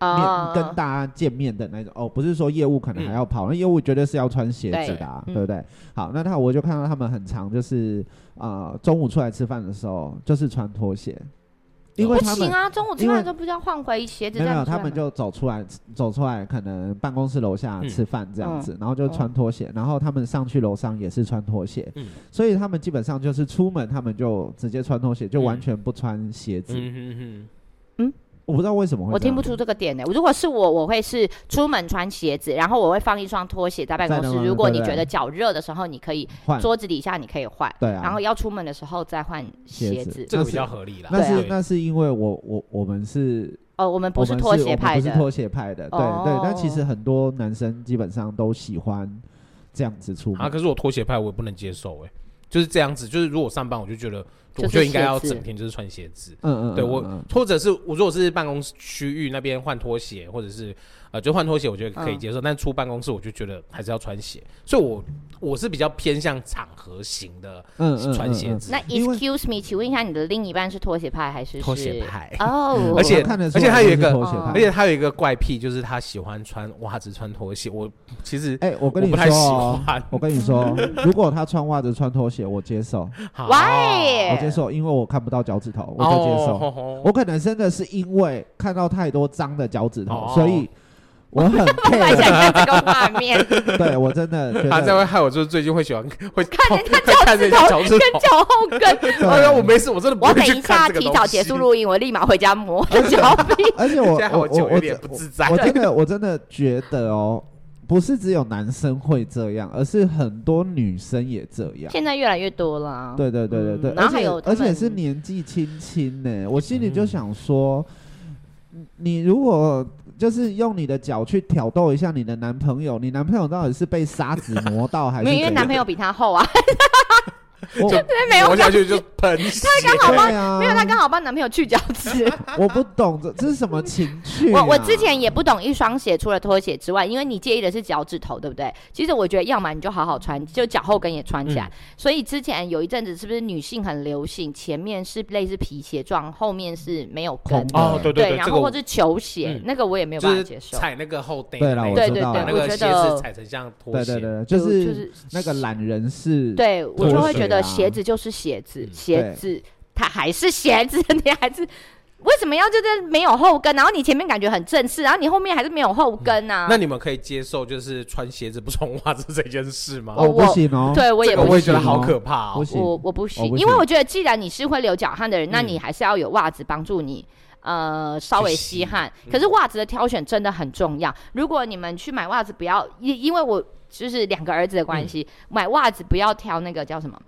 Speaker 1: 哦嗯
Speaker 3: 面跟大家见面的那种哦，不是说业务可能还要跑，那业务绝对是要穿鞋子的、啊，
Speaker 1: 对嗯
Speaker 3: 对不对？好，那他我就看到他们很常就是啊、呃中午出来吃饭的时候就是穿拖鞋，因为
Speaker 1: 不
Speaker 3: 他们
Speaker 1: 行。啊，中午吃饭的时候不是要换回鞋子啊
Speaker 3: 没
Speaker 1: 再
Speaker 3: 有，
Speaker 1: 出来
Speaker 3: 他
Speaker 1: 吗
Speaker 3: 们就走出来，走出来，可能办公室楼下
Speaker 2: 嗯
Speaker 3: 吃饭这样子，然后就穿拖
Speaker 1: 嗯
Speaker 3: 鞋，然后他们上去楼上也是穿拖鞋，
Speaker 2: 嗯
Speaker 3: 所以他们基本上就是出门，他们就直接穿拖鞋，就完全不穿鞋子。
Speaker 2: 嗯
Speaker 3: 我不知道为什么会
Speaker 1: 我
Speaker 3: 这样
Speaker 1: 听不出这个点呢、如果是我，我会是出门穿鞋子，然后我会放一双拖鞋在办公
Speaker 3: 在那
Speaker 1: 室。
Speaker 3: 吗
Speaker 1: 如果你
Speaker 3: 对不对
Speaker 1: 觉得脚热的时候，你可以
Speaker 3: 换
Speaker 1: 桌子底下你可以换，
Speaker 3: 对啊
Speaker 1: 然后要出门的时候再换鞋
Speaker 3: 鞋子
Speaker 1: 子。
Speaker 2: 这个比较合理啦。
Speaker 3: 那是
Speaker 2: 对
Speaker 3: 那是因为我我我们是，
Speaker 1: 哦，我们
Speaker 3: 我
Speaker 1: 不是
Speaker 3: 们
Speaker 1: 拖鞋派
Speaker 3: 我们不
Speaker 1: 的
Speaker 3: 是，拖鞋派的，对对
Speaker 1: 哦。
Speaker 3: 但其实很多男生基本上都喜欢这样子出
Speaker 2: 啊，
Speaker 3: 门，
Speaker 2: 可是我拖鞋派我也不能接受哎，就是这样子，就是如果上班我就觉得，
Speaker 1: 就是
Speaker 2: 我就应该要
Speaker 1: 鞋子
Speaker 2: 整天就是穿鞋子。
Speaker 3: 嗯嗯，
Speaker 2: 对
Speaker 3: 嗯
Speaker 2: 我
Speaker 3: 嗯，
Speaker 2: 或者是我如果是办公室区域那边换拖鞋，或者是呃，就换拖鞋，我觉得可以
Speaker 1: 嗯
Speaker 2: 接受。但出办公室，我就觉得还是要穿鞋，所以我我是比较偏向场合型的
Speaker 3: 嗯嗯
Speaker 2: 穿鞋
Speaker 3: 嗯嗯
Speaker 2: 子，
Speaker 1: 那
Speaker 3: 因为
Speaker 1: excuse me，请问一下，你的另一半是拖鞋派还是是
Speaker 2: 拖鞋？派。
Speaker 1: 哦，
Speaker 2: 而且
Speaker 3: 嗯我看得出
Speaker 2: 而且他有一个
Speaker 3: 来就是拖鞋
Speaker 1: 哦
Speaker 3: 派
Speaker 2: 而且他有一个怪癖，就是他喜欢穿袜子、穿拖鞋。我其实
Speaker 3: 哎，我跟你
Speaker 2: 不
Speaker 3: 说
Speaker 2: 太喜
Speaker 3: 哦，
Speaker 2: 欢。
Speaker 3: 我跟你说，哦 如果他穿袜子穿拖鞋，我接受，
Speaker 2: 好
Speaker 1: Why？
Speaker 3: 我接受，因为我看不到脚趾头，我就接受。
Speaker 2: 哦
Speaker 3: 我可能真的是因为看到太多脏的脚趾头
Speaker 2: 哦，
Speaker 3: 所以我 很
Speaker 1: 我还想
Speaker 3: care，
Speaker 1: 看这个画 面，
Speaker 3: 对我真的觉
Speaker 2: 啊他这样
Speaker 3: 得
Speaker 2: 会害我，就是最近会喜欢会
Speaker 1: 看
Speaker 2: 看
Speaker 1: 人家脚
Speaker 2: 看
Speaker 1: 趾头
Speaker 2: 这些脚趾
Speaker 1: 跟
Speaker 2: 头。
Speaker 1: 脚后跟。
Speaker 3: 对
Speaker 2: 哎呀，我没事，我真的不
Speaker 1: 我
Speaker 2: 会
Speaker 1: 等
Speaker 2: 去
Speaker 1: 一
Speaker 2: 看
Speaker 1: 下
Speaker 2: 这个
Speaker 1: 提
Speaker 2: 东
Speaker 1: 早
Speaker 2: 西
Speaker 1: 结束录音，我立马回家磨我的脚皮。
Speaker 3: 而且我
Speaker 2: 现在
Speaker 3: 我
Speaker 2: 我就
Speaker 3: 我
Speaker 2: 有
Speaker 3: 我
Speaker 2: 点不自在
Speaker 3: 我真的我真的觉得哦，不是只有男生会这样，而是很多女生也这样。
Speaker 1: 现在越来越多了。
Speaker 3: 对对对对对，
Speaker 1: 嗯然
Speaker 3: 而
Speaker 1: 后还
Speaker 3: 且
Speaker 1: 有他
Speaker 3: 而且
Speaker 1: 们
Speaker 3: 是年纪轻轻呢，我心里就想说，嗯你如果就是用你的脚去挑逗一下你的男朋友，你男朋友到底是被沙子磨到还是
Speaker 1: 没有，
Speaker 3: 怎样？
Speaker 1: 因为男朋友比她厚啊。
Speaker 3: 我
Speaker 1: 对，没有
Speaker 2: 活
Speaker 1: 刚，
Speaker 2: 下去就喷血。
Speaker 1: 刚好帮
Speaker 3: 对啊
Speaker 1: 没有，她刚好帮男朋友去角 质。
Speaker 2: 啊
Speaker 3: 我不懂这这是什么情趣、啊。
Speaker 1: 我我之前也不懂一双鞋，除了拖鞋之外，因为你介意的是脚趾头，对不对？其实我觉得，要么你就好好穿，就脚后跟也穿起来。
Speaker 2: 嗯
Speaker 1: 所以之前有一阵子，是不是女性很流行，前面是类似皮鞋状，后面是没有跟
Speaker 3: 孔
Speaker 1: 的，
Speaker 3: 洞
Speaker 2: 哦，对对，
Speaker 1: 然
Speaker 2: 这
Speaker 1: 后
Speaker 2: 个
Speaker 1: 或
Speaker 2: 我
Speaker 1: 者球鞋，
Speaker 2: 嗯
Speaker 1: 那个我也没有
Speaker 2: 就
Speaker 1: 办法
Speaker 2: 是
Speaker 1: 接受。
Speaker 2: 踩那个后跟，
Speaker 3: 对啦，我
Speaker 1: 对
Speaker 3: 知
Speaker 1: 对
Speaker 3: 道
Speaker 1: 对
Speaker 3: 啦
Speaker 2: 把那个
Speaker 1: 我觉
Speaker 2: 鞋
Speaker 1: 得
Speaker 2: 子踩成像拖
Speaker 3: 对
Speaker 2: 鞋
Speaker 3: 对，对，对
Speaker 1: 就
Speaker 3: 就是
Speaker 1: 就是
Speaker 3: 那个懒人是，
Speaker 1: 对我就
Speaker 3: 拖
Speaker 1: 会
Speaker 3: 鞋
Speaker 1: 觉得
Speaker 3: 啊
Speaker 1: 鞋子就是鞋子，
Speaker 2: 嗯
Speaker 1: 鞋
Speaker 3: 对
Speaker 1: 子它还是鞋子， 你还是为什么要就是没有后跟？然后你前面感觉很正式，然后你后面还是没有后跟啊？
Speaker 2: 那你们可以接受就是穿鞋子不穿袜子这件事吗？
Speaker 3: 哦，
Speaker 1: 我
Speaker 3: 不行哦，
Speaker 1: 对我
Speaker 2: 这
Speaker 1: 也
Speaker 2: 个
Speaker 1: 不
Speaker 2: 我也
Speaker 1: 行
Speaker 2: 觉得好可怕
Speaker 3: 不
Speaker 2: 哦。
Speaker 3: 行，
Speaker 1: 我我不行，
Speaker 3: 不
Speaker 1: 因为
Speaker 3: 行
Speaker 1: 我觉得既然你是会流脚汗的人，那
Speaker 2: 嗯
Speaker 1: 你还是要有袜子帮助你。呃，稍微吸
Speaker 2: 吸
Speaker 1: 汗，
Speaker 2: 嗯
Speaker 1: 可是袜子的挑选真的很重要。如果你们去买袜子，不要因因为我就是两个儿子的关系，买袜子不要挑那个叫什么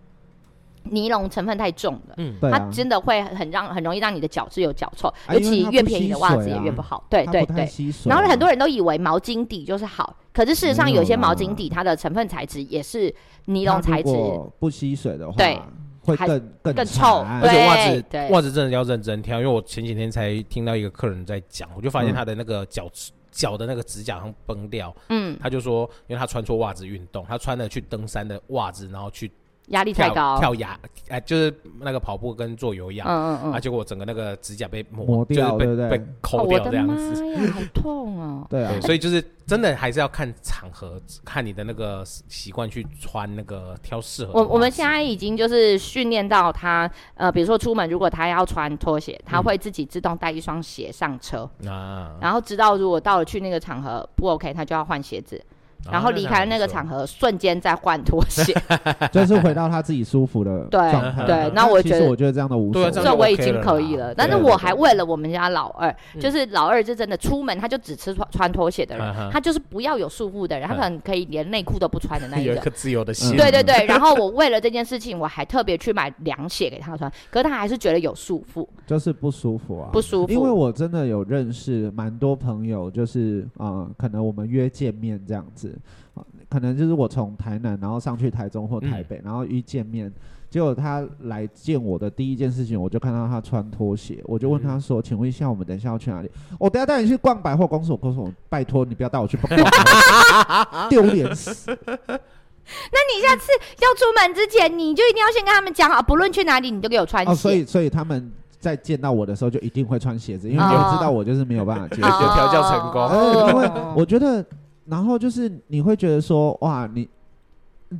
Speaker 1: 尼龙成分太重的，
Speaker 2: 嗯，
Speaker 3: 对
Speaker 1: 它
Speaker 3: 啊，
Speaker 1: 真的会很让很容易让你的脚趾有脚臭，
Speaker 3: 啊
Speaker 1: 尤
Speaker 3: 因为
Speaker 1: 其
Speaker 3: 它不
Speaker 1: 越便宜的
Speaker 3: 吸
Speaker 1: 袜子
Speaker 3: 水
Speaker 1: 也
Speaker 3: 啊
Speaker 1: 越不好。对
Speaker 3: 它
Speaker 1: 对
Speaker 3: 不太
Speaker 1: 对，
Speaker 3: 吸水
Speaker 1: 然后很多
Speaker 3: 啊
Speaker 1: 人都以为毛巾底就是好，可是事实上
Speaker 3: 没
Speaker 1: 有
Speaker 3: 有
Speaker 1: 些毛
Speaker 3: 啦
Speaker 1: 巾底它的成分材质也是尼龙
Speaker 3: 它
Speaker 1: 材
Speaker 3: 如
Speaker 1: 质，
Speaker 3: 果不吸水的话，
Speaker 1: 对，
Speaker 3: 会
Speaker 1: 还
Speaker 3: 更更
Speaker 1: 更
Speaker 3: 更
Speaker 1: 臭
Speaker 2: 而且袜
Speaker 1: 对
Speaker 2: 子
Speaker 1: 对
Speaker 2: 袜子真的要认真挑，因为我前几天才听到一个客人在讲，我就发
Speaker 3: 嗯
Speaker 2: 现他的那个脚趾脚的那个指甲好像崩掉，
Speaker 1: 嗯，
Speaker 2: 他就说，因为他穿错袜子运动，他穿了去登山的袜子，然后去
Speaker 1: 压力太
Speaker 2: 跳
Speaker 1: 高，
Speaker 2: 跳崖，哎，就是那个跑步跟做有氧，
Speaker 1: 嗯嗯
Speaker 2: 啊，
Speaker 1: 嗯，
Speaker 2: 结果我整个那个指甲被磨
Speaker 3: 磨掉
Speaker 2: 就是被
Speaker 3: 对不对！
Speaker 2: 被
Speaker 1: 哦
Speaker 2: 抠
Speaker 1: 我
Speaker 2: 掉
Speaker 1: 的
Speaker 2: 这
Speaker 1: 妈
Speaker 2: 样子。
Speaker 1: 呀，好痛哦
Speaker 3: 对啊
Speaker 2: 对，，所以就是真的还是要看场合，看你的那个习惯去穿那个挑适合的袜
Speaker 1: 我
Speaker 2: 子。
Speaker 1: 我们现在已经就是训练到他，呃，比如说出门，如果他要穿拖鞋，他
Speaker 2: 嗯
Speaker 1: 会自己自动带一双鞋上车，
Speaker 2: 啊，
Speaker 1: 然后知道如果到了去那个场合不 OK，他就要换鞋子，
Speaker 2: 啊
Speaker 1: 然后离开那个场
Speaker 2: 合，
Speaker 1: 合，瞬间再换拖 鞋。
Speaker 3: 就是回到他自己舒服的
Speaker 1: 对
Speaker 3: 状态。
Speaker 1: 对那我
Speaker 3: 其
Speaker 1: 觉
Speaker 3: 实
Speaker 1: 得
Speaker 3: 我觉得这样的无所
Speaker 2: 对啊
Speaker 3: 谓，
Speaker 2: 这
Speaker 1: 这
Speaker 2: 样就
Speaker 1: 我已
Speaker 2: OK
Speaker 1: 经
Speaker 2: 了
Speaker 1: 可以
Speaker 2: 啦
Speaker 1: 了，
Speaker 2: 对
Speaker 1: 但是
Speaker 3: 对
Speaker 1: 我
Speaker 3: 对
Speaker 1: 还为了我们家老二，
Speaker 2: 嗯
Speaker 1: 就是老二是真的出门他就只吃穿穿拖鞋的人，
Speaker 2: 嗯哼
Speaker 1: 他就是不要有束缚的人，他
Speaker 2: 嗯
Speaker 1: 可能可以连内裤都不穿的那一
Speaker 2: 有
Speaker 1: 种
Speaker 2: 一。颗自由的心。
Speaker 3: 嗯
Speaker 1: 对对 对，然后我为了这件事情，我还特别去买凉鞋给他穿，可是他还是觉得有束缚，
Speaker 3: 就是不舒服
Speaker 2: 哦
Speaker 3: 啊，
Speaker 1: 不舒服。
Speaker 3: 因为我真的有认识蛮多朋友，就是呃，可能我们约见面这样子，呃可能就是我从台南然后上去台中或台北，然后一见面，结果他来见我的第一件事情，我就看到他穿拖鞋，我就问他说：“请问一下，我们等一下要去哪里？我等一下带你去逛百货公司。”我告诉我：“拜托你不要带我去逛百货公司，丢脸死！
Speaker 1: 那你下次要出门之前，你就一定要先跟他们讲好，不论去哪里，你都给我穿鞋。
Speaker 3: 哦，所以所以他们在见到我的时候就一定会穿鞋子，因为你
Speaker 1: 哦
Speaker 3: 们知道我就是没有办法接受。
Speaker 2: 有有调教成功
Speaker 3: 哎，因为
Speaker 1: 哦
Speaker 3: 我觉得，然后就是你会觉得说，哇，你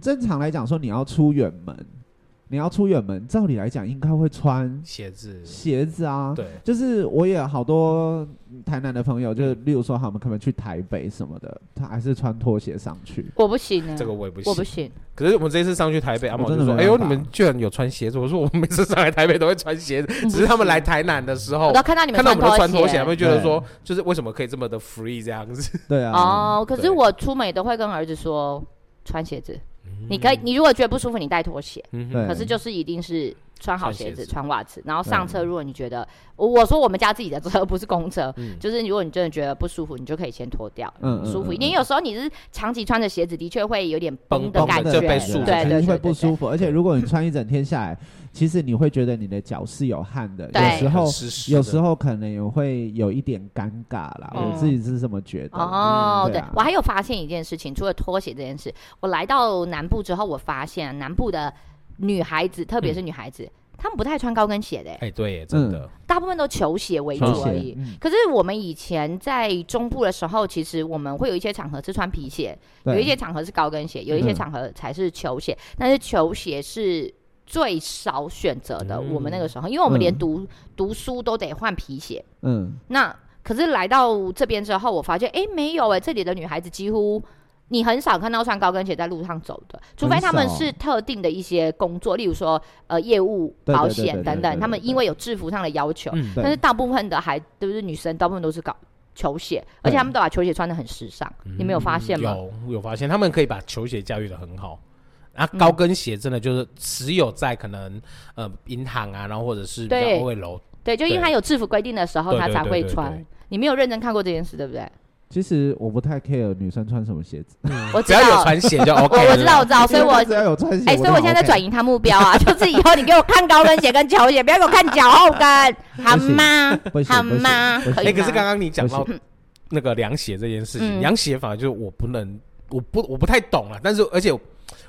Speaker 3: 正常来讲说你要出远门，你要出远门，照理来讲应该会穿
Speaker 2: 鞋子，
Speaker 3: 鞋子啊。
Speaker 2: 对，
Speaker 3: 就是我也好多台南的朋友，就是例如说他们可能去台北什么的，他还是穿拖鞋上去。
Speaker 1: 我不行啊，
Speaker 2: 这个我也不
Speaker 1: 我不
Speaker 2: 行。
Speaker 1: 行。
Speaker 2: 可是我们这次上去台北，阿
Speaker 3: 我
Speaker 2: 毛
Speaker 3: 真
Speaker 2: 就
Speaker 3: 的
Speaker 2: 说：“
Speaker 3: 没
Speaker 2: 哎呦，
Speaker 3: 办
Speaker 2: 你
Speaker 3: 法
Speaker 2: 们居然有穿鞋子！”我说：“我每次上来台北都会穿鞋子，只是他们来台南的时
Speaker 1: 我
Speaker 2: 候
Speaker 1: 都看到你们
Speaker 2: 哦看到我们都穿拖
Speaker 1: 鞋
Speaker 2: 鞋，他们觉得说，就是为什么可以这么的 free 这样子？
Speaker 3: 对啊，
Speaker 1: 哦，可是
Speaker 2: 对
Speaker 1: 我出门也都会跟儿子说穿鞋子。你可以，你如果觉得不舒服，你带拖鞋。
Speaker 2: 嗯哼
Speaker 3: 对
Speaker 1: 可是就是一定是穿好鞋
Speaker 2: 穿鞋
Speaker 1: 子、
Speaker 2: 子
Speaker 1: 穿袜子，然后上车。如果你觉得，我我说我们家自己的车不是公车，
Speaker 2: 嗯
Speaker 1: 就是如果你真的觉得不舒服，你就可以先脱掉，
Speaker 3: 嗯嗯
Speaker 1: 舒服一
Speaker 3: 嗯
Speaker 1: 点。因为有时候你是长期穿着鞋子，的确会有点
Speaker 2: 绷
Speaker 1: 的
Speaker 2: 绷
Speaker 3: 哦
Speaker 1: 感
Speaker 2: 的
Speaker 1: 觉，
Speaker 2: 就
Speaker 1: 对
Speaker 2: 被束缚
Speaker 1: 对
Speaker 3: 肯
Speaker 1: 对，
Speaker 3: 定会
Speaker 1: 对
Speaker 3: 不舒。服。而且如果你穿一整天下来，其实你会觉得你的脚是有汗的，
Speaker 1: 对
Speaker 3: 有时候
Speaker 2: 很湿湿的
Speaker 3: 有时候可能也会有一点尴尬啦，
Speaker 1: 嗯
Speaker 3: 我自己是这么觉得。
Speaker 1: 哦，
Speaker 3: 嗯
Speaker 1: 对
Speaker 3: 啊
Speaker 1: 我还有发现一件事情，除了拖鞋这件事，我来到南部之后，我发现南部的女孩子，特别是女孩子，她们不太穿高跟鞋的欸，
Speaker 2: 哎，对耶，真的，
Speaker 1: 大部分都球鞋为主
Speaker 2: 球
Speaker 1: 而已。
Speaker 3: 嗯
Speaker 1: 可是我们以前在中部的时候，其实我们会有一些场合是穿皮鞋，
Speaker 3: 对嗯
Speaker 1: 有一些场合是高跟鞋，有一些场合才是球鞋。但是球鞋是最少选择的，
Speaker 2: 嗯
Speaker 1: 我们那个时候，因为我们连
Speaker 3: 嗯
Speaker 1: 读、读书都得换皮鞋。
Speaker 3: 嗯，
Speaker 1: 那可是来到这边之后，我发现，哎、没有哎、这里的女孩子几乎。你很少看到穿高跟鞋在路上走的，除非
Speaker 3: 很
Speaker 1: 他们
Speaker 3: 少
Speaker 1: 是特定的一些工作，例如说呃业务、
Speaker 3: 对对
Speaker 1: 保
Speaker 3: 对对
Speaker 1: 险
Speaker 3: 对
Speaker 1: 等
Speaker 3: 对
Speaker 1: 等，
Speaker 3: 对
Speaker 1: 他们
Speaker 3: 对
Speaker 1: 因为有制服上的要求，
Speaker 2: 嗯，
Speaker 3: 对
Speaker 1: 但是大部分的还都是女生，大部分都是搞球鞋，而且
Speaker 3: 对
Speaker 1: 他们都把球鞋穿的很时尚，你没有发现吗？
Speaker 2: 嗯有有发现，他们可以把球鞋驾驭的很好。啊，高跟鞋真的就是只有在可能呃银行啊，然后或者是比较
Speaker 1: 对
Speaker 2: O L
Speaker 1: 对，就因为
Speaker 2: 对
Speaker 1: 他有制服规定的时候，
Speaker 2: 对
Speaker 1: 他
Speaker 2: 对
Speaker 1: 才
Speaker 2: 对
Speaker 1: 会
Speaker 2: 对
Speaker 1: 穿
Speaker 2: 对。
Speaker 1: 你没有认真看过这件事，对不对？
Speaker 3: 其实我不太 care 女生穿什么鞋子，
Speaker 1: 我
Speaker 2: 只
Speaker 1: 知
Speaker 2: 要嗯有
Speaker 1: 道，
Speaker 2: 穿鞋就 OK
Speaker 1: 我我知道，我知 道，所以我
Speaker 3: 因为她只要有穿鞋，
Speaker 1: 哎、所以我
Speaker 3: 就
Speaker 1: 现在在
Speaker 3: OK
Speaker 1: 转移他目标啊， 就是以后你给我看高跟鞋跟球鞋，不要给我看脚后跟，好 吗？
Speaker 3: 不行
Speaker 1: 好
Speaker 3: 不行
Speaker 1: 吗？
Speaker 3: 不行
Speaker 1: 可
Speaker 2: 哎、
Speaker 1: 以
Speaker 2: 可是
Speaker 1: 吗？
Speaker 2: 刚刚你讲到
Speaker 3: 不
Speaker 2: 那个凉鞋这件事情，
Speaker 1: 嗯
Speaker 2: 凉、鞋反而就是我不能，我不我不太懂了。但是而且我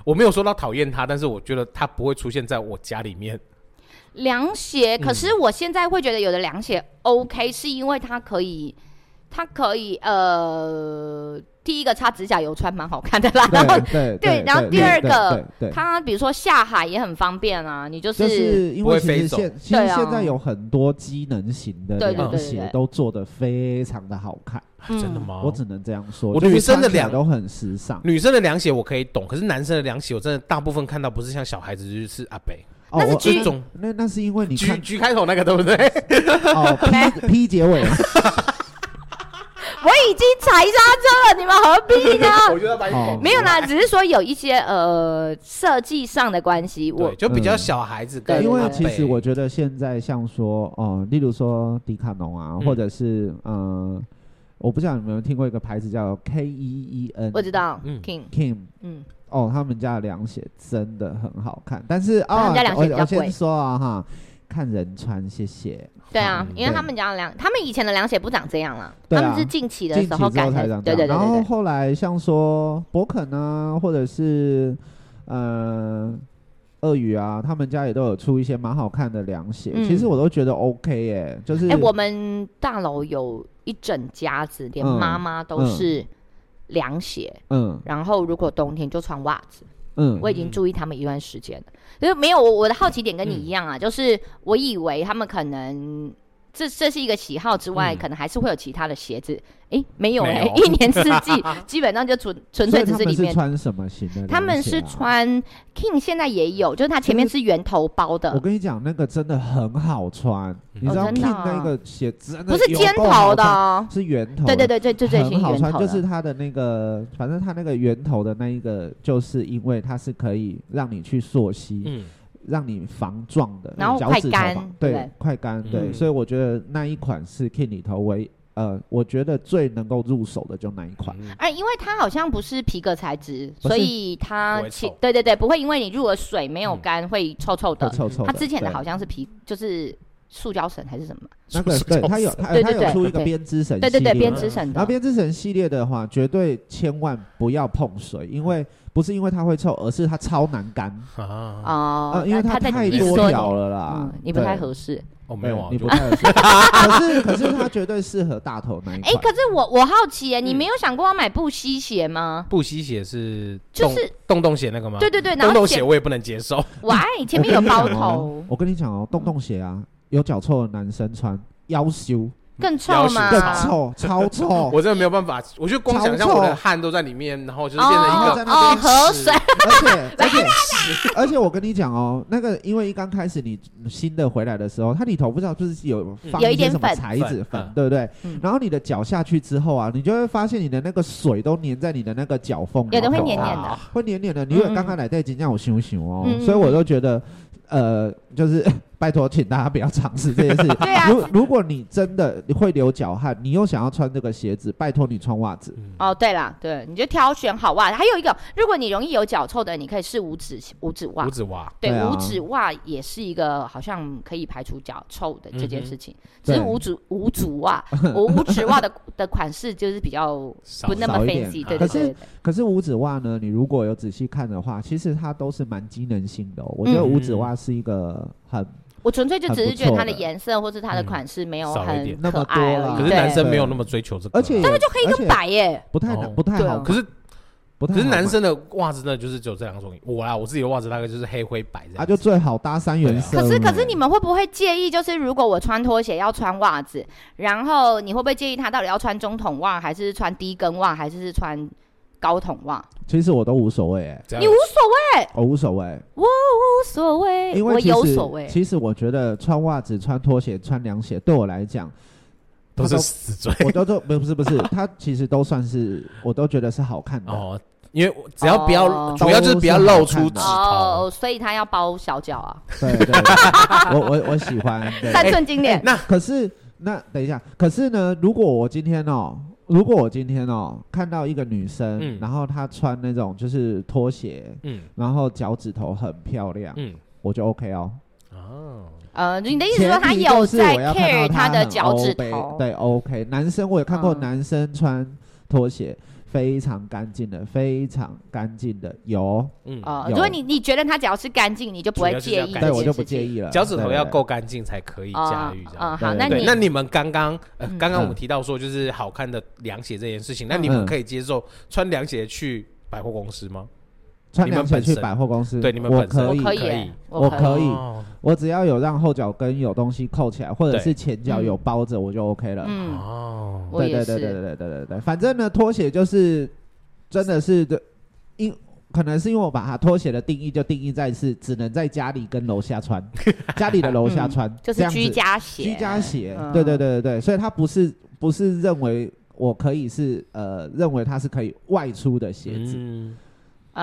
Speaker 2: 我没有说到讨厌它，但是我觉得它不会出现在我家里面。
Speaker 1: 凉
Speaker 2: 嗯
Speaker 1: 鞋，可是我现在会觉得有的凉鞋 OK，、是因为它可以，它可以呃，第一个擦指甲油穿蛮好看的啦，然后
Speaker 3: 对对
Speaker 1: 对然后第二个，
Speaker 3: 对对对
Speaker 1: 它比如说下海也很方便啊，你就是、
Speaker 3: 就是因
Speaker 2: 不会
Speaker 3: 为其
Speaker 2: 飞
Speaker 3: 实
Speaker 2: 走
Speaker 3: 现其
Speaker 1: 对
Speaker 3: 实
Speaker 1: 啊
Speaker 3: 现在有很多机能型的
Speaker 1: 对对
Speaker 3: 凉
Speaker 1: 对对
Speaker 3: 鞋
Speaker 1: 对
Speaker 3: 都做得非常啊的好看，
Speaker 1: 嗯
Speaker 2: 真的吗？
Speaker 3: 我只能这样说。
Speaker 2: 哦我
Speaker 3: 就是
Speaker 2: 女生的
Speaker 3: 穿起来
Speaker 2: 凉
Speaker 3: 都很时尚，
Speaker 2: 女生的凉鞋我可以懂，可是男生的凉鞋我真的大部分看到不是像小孩子就是阿北，
Speaker 3: 哦
Speaker 1: 那是
Speaker 3: 我
Speaker 1: 居
Speaker 2: 这种
Speaker 3: 那那是因为你
Speaker 1: 嗯
Speaker 2: G
Speaker 3: 看
Speaker 2: G 开头那个对 不对？
Speaker 3: 哦 P P 结尾，
Speaker 1: 我已经踩刹车了，你们何必呢？
Speaker 2: 我觉得把
Speaker 3: 你哦
Speaker 1: 没有啦，只是说有一些呃设计上的关系，我
Speaker 2: 对，就比较小孩子跟 阿
Speaker 1: 对
Speaker 2: 伯。
Speaker 3: 因为其实我觉得现在像说哦，例如说迪卡侬啊，
Speaker 2: 嗯
Speaker 3: 或者是呃，我不知道你们有没有听过一个牌子叫 K E E N，
Speaker 1: 我知道、
Speaker 2: 嗯
Speaker 1: King，
Speaker 3: Kim。
Speaker 1: 嗯，
Speaker 3: 哦，他们家的凉鞋真的很好看，但是
Speaker 1: 他
Speaker 3: 啊，
Speaker 1: 们家凉鞋
Speaker 3: 我
Speaker 1: 比较
Speaker 3: 我
Speaker 1: 贵
Speaker 3: 先说啊哈，看人穿，谢谢。
Speaker 1: 对啊，
Speaker 3: 嗯
Speaker 1: 因为
Speaker 3: 对
Speaker 1: 他们家的凉，他们以前的凉鞋不长这样啦，
Speaker 3: 对啊
Speaker 1: 他们是近期的
Speaker 3: 近
Speaker 1: 时
Speaker 3: 期
Speaker 1: 候
Speaker 3: 之
Speaker 1: 改
Speaker 3: 后才
Speaker 1: 成
Speaker 3: 长，这
Speaker 1: 对
Speaker 3: 样
Speaker 1: 对对
Speaker 3: 然后
Speaker 1: 对对，
Speaker 3: 后来像说博肯啊，或者是呃鳄鱼啊，他们家也都有出一些蛮好看的凉鞋，
Speaker 1: 嗯
Speaker 3: 其实我都觉得 OK 耶、就是、
Speaker 1: 哎、我们大楼有一整家子，连
Speaker 3: 嗯
Speaker 1: 妈妈都是凉鞋，
Speaker 3: 嗯
Speaker 1: 然后如果冬天就穿袜子，
Speaker 3: 嗯
Speaker 1: 我已经注意他们一段时间了，就是没有我我的好奇点跟你一
Speaker 3: 嗯
Speaker 1: 样啊，就是我以为他们可能。这这是一个喜好之外，
Speaker 2: 嗯
Speaker 1: 可能还是会有其他的鞋子。哎，没有
Speaker 2: 没
Speaker 1: 哎、
Speaker 2: 有
Speaker 1: 一年四 季基本上就纯纯
Speaker 3: 所
Speaker 1: 粹
Speaker 3: 以
Speaker 1: 只是
Speaker 3: 他们
Speaker 1: 里
Speaker 3: 是
Speaker 1: 面
Speaker 3: 穿什么型的、啊
Speaker 1: 他们是。穿 King，现在也有，就是它前面是圆头包
Speaker 3: 我
Speaker 1: 的，
Speaker 3: 跟你讲，那个真的很好穿，你知道
Speaker 1: 真的
Speaker 3: King
Speaker 1: 啊
Speaker 3: 那个鞋真的
Speaker 1: 不是
Speaker 3: 有
Speaker 1: 尖
Speaker 3: 够好
Speaker 1: 头的
Speaker 3: 穿，
Speaker 1: 哦。
Speaker 3: 是圆头
Speaker 1: 对
Speaker 3: 的。
Speaker 1: 对对对，最最最
Speaker 3: 很
Speaker 1: 新
Speaker 3: 好
Speaker 1: 圆
Speaker 3: 穿，
Speaker 1: 头
Speaker 3: 就
Speaker 1: 的
Speaker 3: 是它的那个，反正它那个圆头的那一个，就是因为它是可以让你去溯溪，
Speaker 2: 嗯，
Speaker 3: 让你防撞的，
Speaker 1: 然后
Speaker 3: 脚
Speaker 1: 快
Speaker 3: 趾头防
Speaker 1: 干对不
Speaker 3: 对
Speaker 1: 对，
Speaker 3: 快干，对，
Speaker 2: 嗯
Speaker 3: 所以我觉得那一款是 King 里头唯呃，我觉得最能够入手的就那一款，
Speaker 2: 嗯
Speaker 1: 哎，因为它好像不是皮革材质，
Speaker 3: 不是
Speaker 1: 所以它
Speaker 2: 不会
Speaker 1: 其
Speaker 2: 臭
Speaker 1: 对对对，不会因为你入了水没
Speaker 3: 嗯
Speaker 1: 有干会臭臭
Speaker 3: 臭
Speaker 2: 嗯
Speaker 1: 的。
Speaker 3: 臭臭
Speaker 1: 它之前的
Speaker 3: 对
Speaker 1: 好像是皮，就是塑胶绳还是什么？
Speaker 3: 那个，对，它有它
Speaker 1: 对
Speaker 3: 它
Speaker 1: 对对
Speaker 3: 有出一
Speaker 1: 对
Speaker 3: 个编织绳，
Speaker 1: 对对对，编
Speaker 2: 的
Speaker 1: 织绳
Speaker 3: 然后
Speaker 1: 的。
Speaker 3: 编织绳系列的话，绝对千万不要碰水，因为不是因为它会臭，而是它超难干
Speaker 2: 啊，
Speaker 1: 哦
Speaker 3: 啊，，因为
Speaker 1: 它
Speaker 3: 它
Speaker 1: 在
Speaker 3: 太
Speaker 1: 你
Speaker 3: 多
Speaker 1: 说
Speaker 3: 条
Speaker 1: 你，
Speaker 3: 了啦
Speaker 1: 嗯，，你不太
Speaker 3: 对
Speaker 1: 合适。
Speaker 2: 哦没有啊，
Speaker 3: 对你
Speaker 2: 就
Speaker 3: 不太 合适。可是可是它绝对适合大头那一
Speaker 1: 哎，
Speaker 3: 款。
Speaker 1: 可是我我好奇耶，你
Speaker 2: 嗯
Speaker 1: 没有想过要买布吸鞋吗？
Speaker 2: 布吸鞋是
Speaker 1: 就
Speaker 2: 洞
Speaker 1: 是
Speaker 2: 洞洞鞋那个吗？
Speaker 1: 对对对，然
Speaker 2: 洞
Speaker 1: 后哦
Speaker 2: 洞鞋
Speaker 1: 前
Speaker 2: 我也不能接受。
Speaker 1: 喂，前面有包头，
Speaker 3: 我跟你讲 哦，洞洞鞋啊，有脚臭的男生穿腰修
Speaker 1: 更臭吗？
Speaker 3: 更
Speaker 2: 啊
Speaker 3: 臭，超 臭。
Speaker 2: 我真的没有办法，我觉得光想象
Speaker 3: 超臭
Speaker 2: 我的汗都在里面，然后就是
Speaker 1: 哦
Speaker 2: 变成一
Speaker 3: 哦
Speaker 2: 个
Speaker 3: 在
Speaker 1: 哦
Speaker 3: 那，边
Speaker 1: 河
Speaker 2: 吃
Speaker 1: 水，
Speaker 3: 而且而且而且我跟你讲哦，那个因为一刚开始你新的回来的时候，它里头不知道就是有放
Speaker 1: 嗯有一
Speaker 3: 些
Speaker 1: 点
Speaker 3: 什么
Speaker 1: 粉
Speaker 3: 材质
Speaker 2: 粉
Speaker 3: 粉
Speaker 2: 嗯，
Speaker 3: 对不对
Speaker 1: 嗯？
Speaker 3: 然后你的脚下去之后啊，你就会发现你的那个水都粘在你的那个脚缝里
Speaker 1: 有
Speaker 3: 头啊，
Speaker 1: 的会黏黏的，
Speaker 3: 会黏黏的。你
Speaker 1: 嗯
Speaker 3: 因为刚刚来在紧让我熊熊哦，
Speaker 1: 嗯
Speaker 3: 所以我就觉得，呃， 就是拜托，请大家不要尝试这件事情。
Speaker 1: 对啊
Speaker 3: 如如果你真的会流脚汗，你又想要穿这个鞋子，拜托你穿袜子。
Speaker 2: 嗯
Speaker 1: 哦，对啦，对，你就挑选好袜。还有一个，如果你容易有脚臭的，你可以试五指五指袜
Speaker 2: 五。指袜，
Speaker 1: 对，
Speaker 3: 对啊
Speaker 1: 五指袜也是一个好像可以排除脚臭的这件事情。只
Speaker 3: 嗯对
Speaker 1: 是五指五指 袜，我五指袜的的款式就是比较不那么
Speaker 3: 少一点啊
Speaker 1: fancy。对对
Speaker 3: 可是
Speaker 1: 对，对
Speaker 3: 可是五指袜呢？你如果有仔细看的话，其实它都是蛮机能性的哦、我觉得
Speaker 2: 嗯
Speaker 3: 五指袜是一个很
Speaker 1: 我纯粹就只是觉得它的
Speaker 3: 很不错的
Speaker 1: 颜色或是它的款式没有
Speaker 2: 嗯少一
Speaker 1: 很
Speaker 2: 点
Speaker 1: 可爱
Speaker 3: 那么多
Speaker 1: 而
Speaker 3: 啦
Speaker 1: 已。
Speaker 2: 可是男生
Speaker 3: 对
Speaker 2: 没有那么追求这个，
Speaker 3: 而且
Speaker 2: 啊
Speaker 3: 但是就黑
Speaker 1: 对黑跟，白耶，
Speaker 3: 不太难
Speaker 2: 哦
Speaker 3: 不太
Speaker 1: 对啊
Speaker 3: 好看，
Speaker 2: 可是
Speaker 3: 不太
Speaker 2: 可
Speaker 3: 好
Speaker 2: 是
Speaker 3: 看
Speaker 2: 男生的袜子呢，就是只有这两种。我啦，我自己的袜子大概就是黑灰白这
Speaker 3: 啊，
Speaker 2: 样。
Speaker 3: 就最好搭三原色
Speaker 1: 啊可
Speaker 3: 嘛。
Speaker 1: 是，可是你们会不会介意？就是如果我穿拖鞋要穿袜子，然后你会不会介意他到底要穿中筒袜，还是穿低跟袜，还是是穿高筒袜？
Speaker 3: 其实我都无所谓、哎，
Speaker 2: 这
Speaker 1: 你无
Speaker 2: 样
Speaker 1: 所谓，
Speaker 3: 我无所谓。
Speaker 1: 无所谓，
Speaker 3: 因为
Speaker 1: 哎我
Speaker 3: 其
Speaker 1: 有
Speaker 3: 实
Speaker 1: 所谓。
Speaker 3: 其实我觉得穿袜子、穿拖鞋、穿凉鞋，对我来讲，
Speaker 2: 都是
Speaker 3: 他都
Speaker 2: 死追
Speaker 3: 我都都不是不是不是， 它其实都算是，我都觉得是好看的。
Speaker 2: 哦，因为我只要不要，
Speaker 1: 哦
Speaker 2: 主要就是不要露出指
Speaker 3: 都是
Speaker 2: 头。
Speaker 1: 哦，所以他要包小脚啊，
Speaker 3: 对对对我我我喜欢。对哎
Speaker 1: 三寸金莲。
Speaker 2: 那
Speaker 3: 可是那等一下，可是呢，如果我今天哦，如果我今天哦看到一个女生，
Speaker 2: 嗯
Speaker 3: 然后她穿那种就是拖鞋，
Speaker 2: 嗯
Speaker 3: 然后脚趾头很漂亮，
Speaker 2: 嗯
Speaker 3: 我就 OK 哦。
Speaker 2: 哦，
Speaker 1: 呃，你的意思说他
Speaker 3: 前提
Speaker 1: 有
Speaker 3: 就是我
Speaker 1: 在
Speaker 3: 要看到
Speaker 1: care
Speaker 3: 她
Speaker 1: 的
Speaker 3: 很
Speaker 1: 脚趾
Speaker 3: OB
Speaker 1: 头？
Speaker 3: 对 OK，男生我也看过
Speaker 1: 嗯
Speaker 3: 男生穿拖鞋。非常干净的，非常干净的，有，
Speaker 2: 嗯
Speaker 1: 呃，如
Speaker 3: 有
Speaker 1: 果你你觉得他只要是干净，你就不
Speaker 2: 主
Speaker 1: 会
Speaker 2: 要是
Speaker 1: 介
Speaker 2: 要
Speaker 1: 意这
Speaker 2: 干净
Speaker 3: 对
Speaker 1: 件
Speaker 3: 我
Speaker 1: 事
Speaker 3: 就不
Speaker 1: 情
Speaker 3: 介意了。
Speaker 2: 脚趾头
Speaker 3: 对
Speaker 2: 要够，干净才可以
Speaker 1: 啊
Speaker 2: 驾驭这样。
Speaker 1: 啊，好，
Speaker 3: 对
Speaker 1: 那
Speaker 2: 对，
Speaker 1: 你
Speaker 2: 那你们刚刚呃，
Speaker 1: 嗯
Speaker 2: 刚刚我们
Speaker 3: 嗯
Speaker 2: 提到说就是好看的凉鞋这件事情，那
Speaker 1: 嗯
Speaker 2: 你们
Speaker 3: 嗯
Speaker 2: 可以接受穿凉鞋去百货公司吗？
Speaker 3: 穿
Speaker 2: 你们
Speaker 3: 凉鞋
Speaker 2: 本
Speaker 3: 去
Speaker 2: 身
Speaker 3: 百货公司，
Speaker 2: 对你们
Speaker 3: 我
Speaker 2: 本身
Speaker 3: 可以
Speaker 1: 我，可
Speaker 2: 可以
Speaker 1: 以，
Speaker 3: 我
Speaker 1: 可
Speaker 3: 可以
Speaker 2: 哦
Speaker 3: 我只要有让后脚跟有东西扣起来，或者
Speaker 2: 对
Speaker 3: 是前脚
Speaker 1: 嗯
Speaker 3: 有包着，我就 OK 了。
Speaker 1: 嗯，
Speaker 2: 哦，
Speaker 1: 我
Speaker 3: 对
Speaker 1: 也
Speaker 3: 对
Speaker 1: 是
Speaker 3: 对对对对对对对，反正呢，拖鞋就是真的是的，因可能是因为我把它拖鞋的定义就定义在是只能在家里跟楼下 穿，家里的楼下穿，
Speaker 1: 嗯就
Speaker 3: 这
Speaker 1: 是
Speaker 3: 样子
Speaker 1: 居家鞋，
Speaker 3: 居家鞋，
Speaker 1: 嗯
Speaker 3: 对对对对对，所以它不是不是认为我可以是呃认为它是可以外出的鞋子，
Speaker 2: 嗯，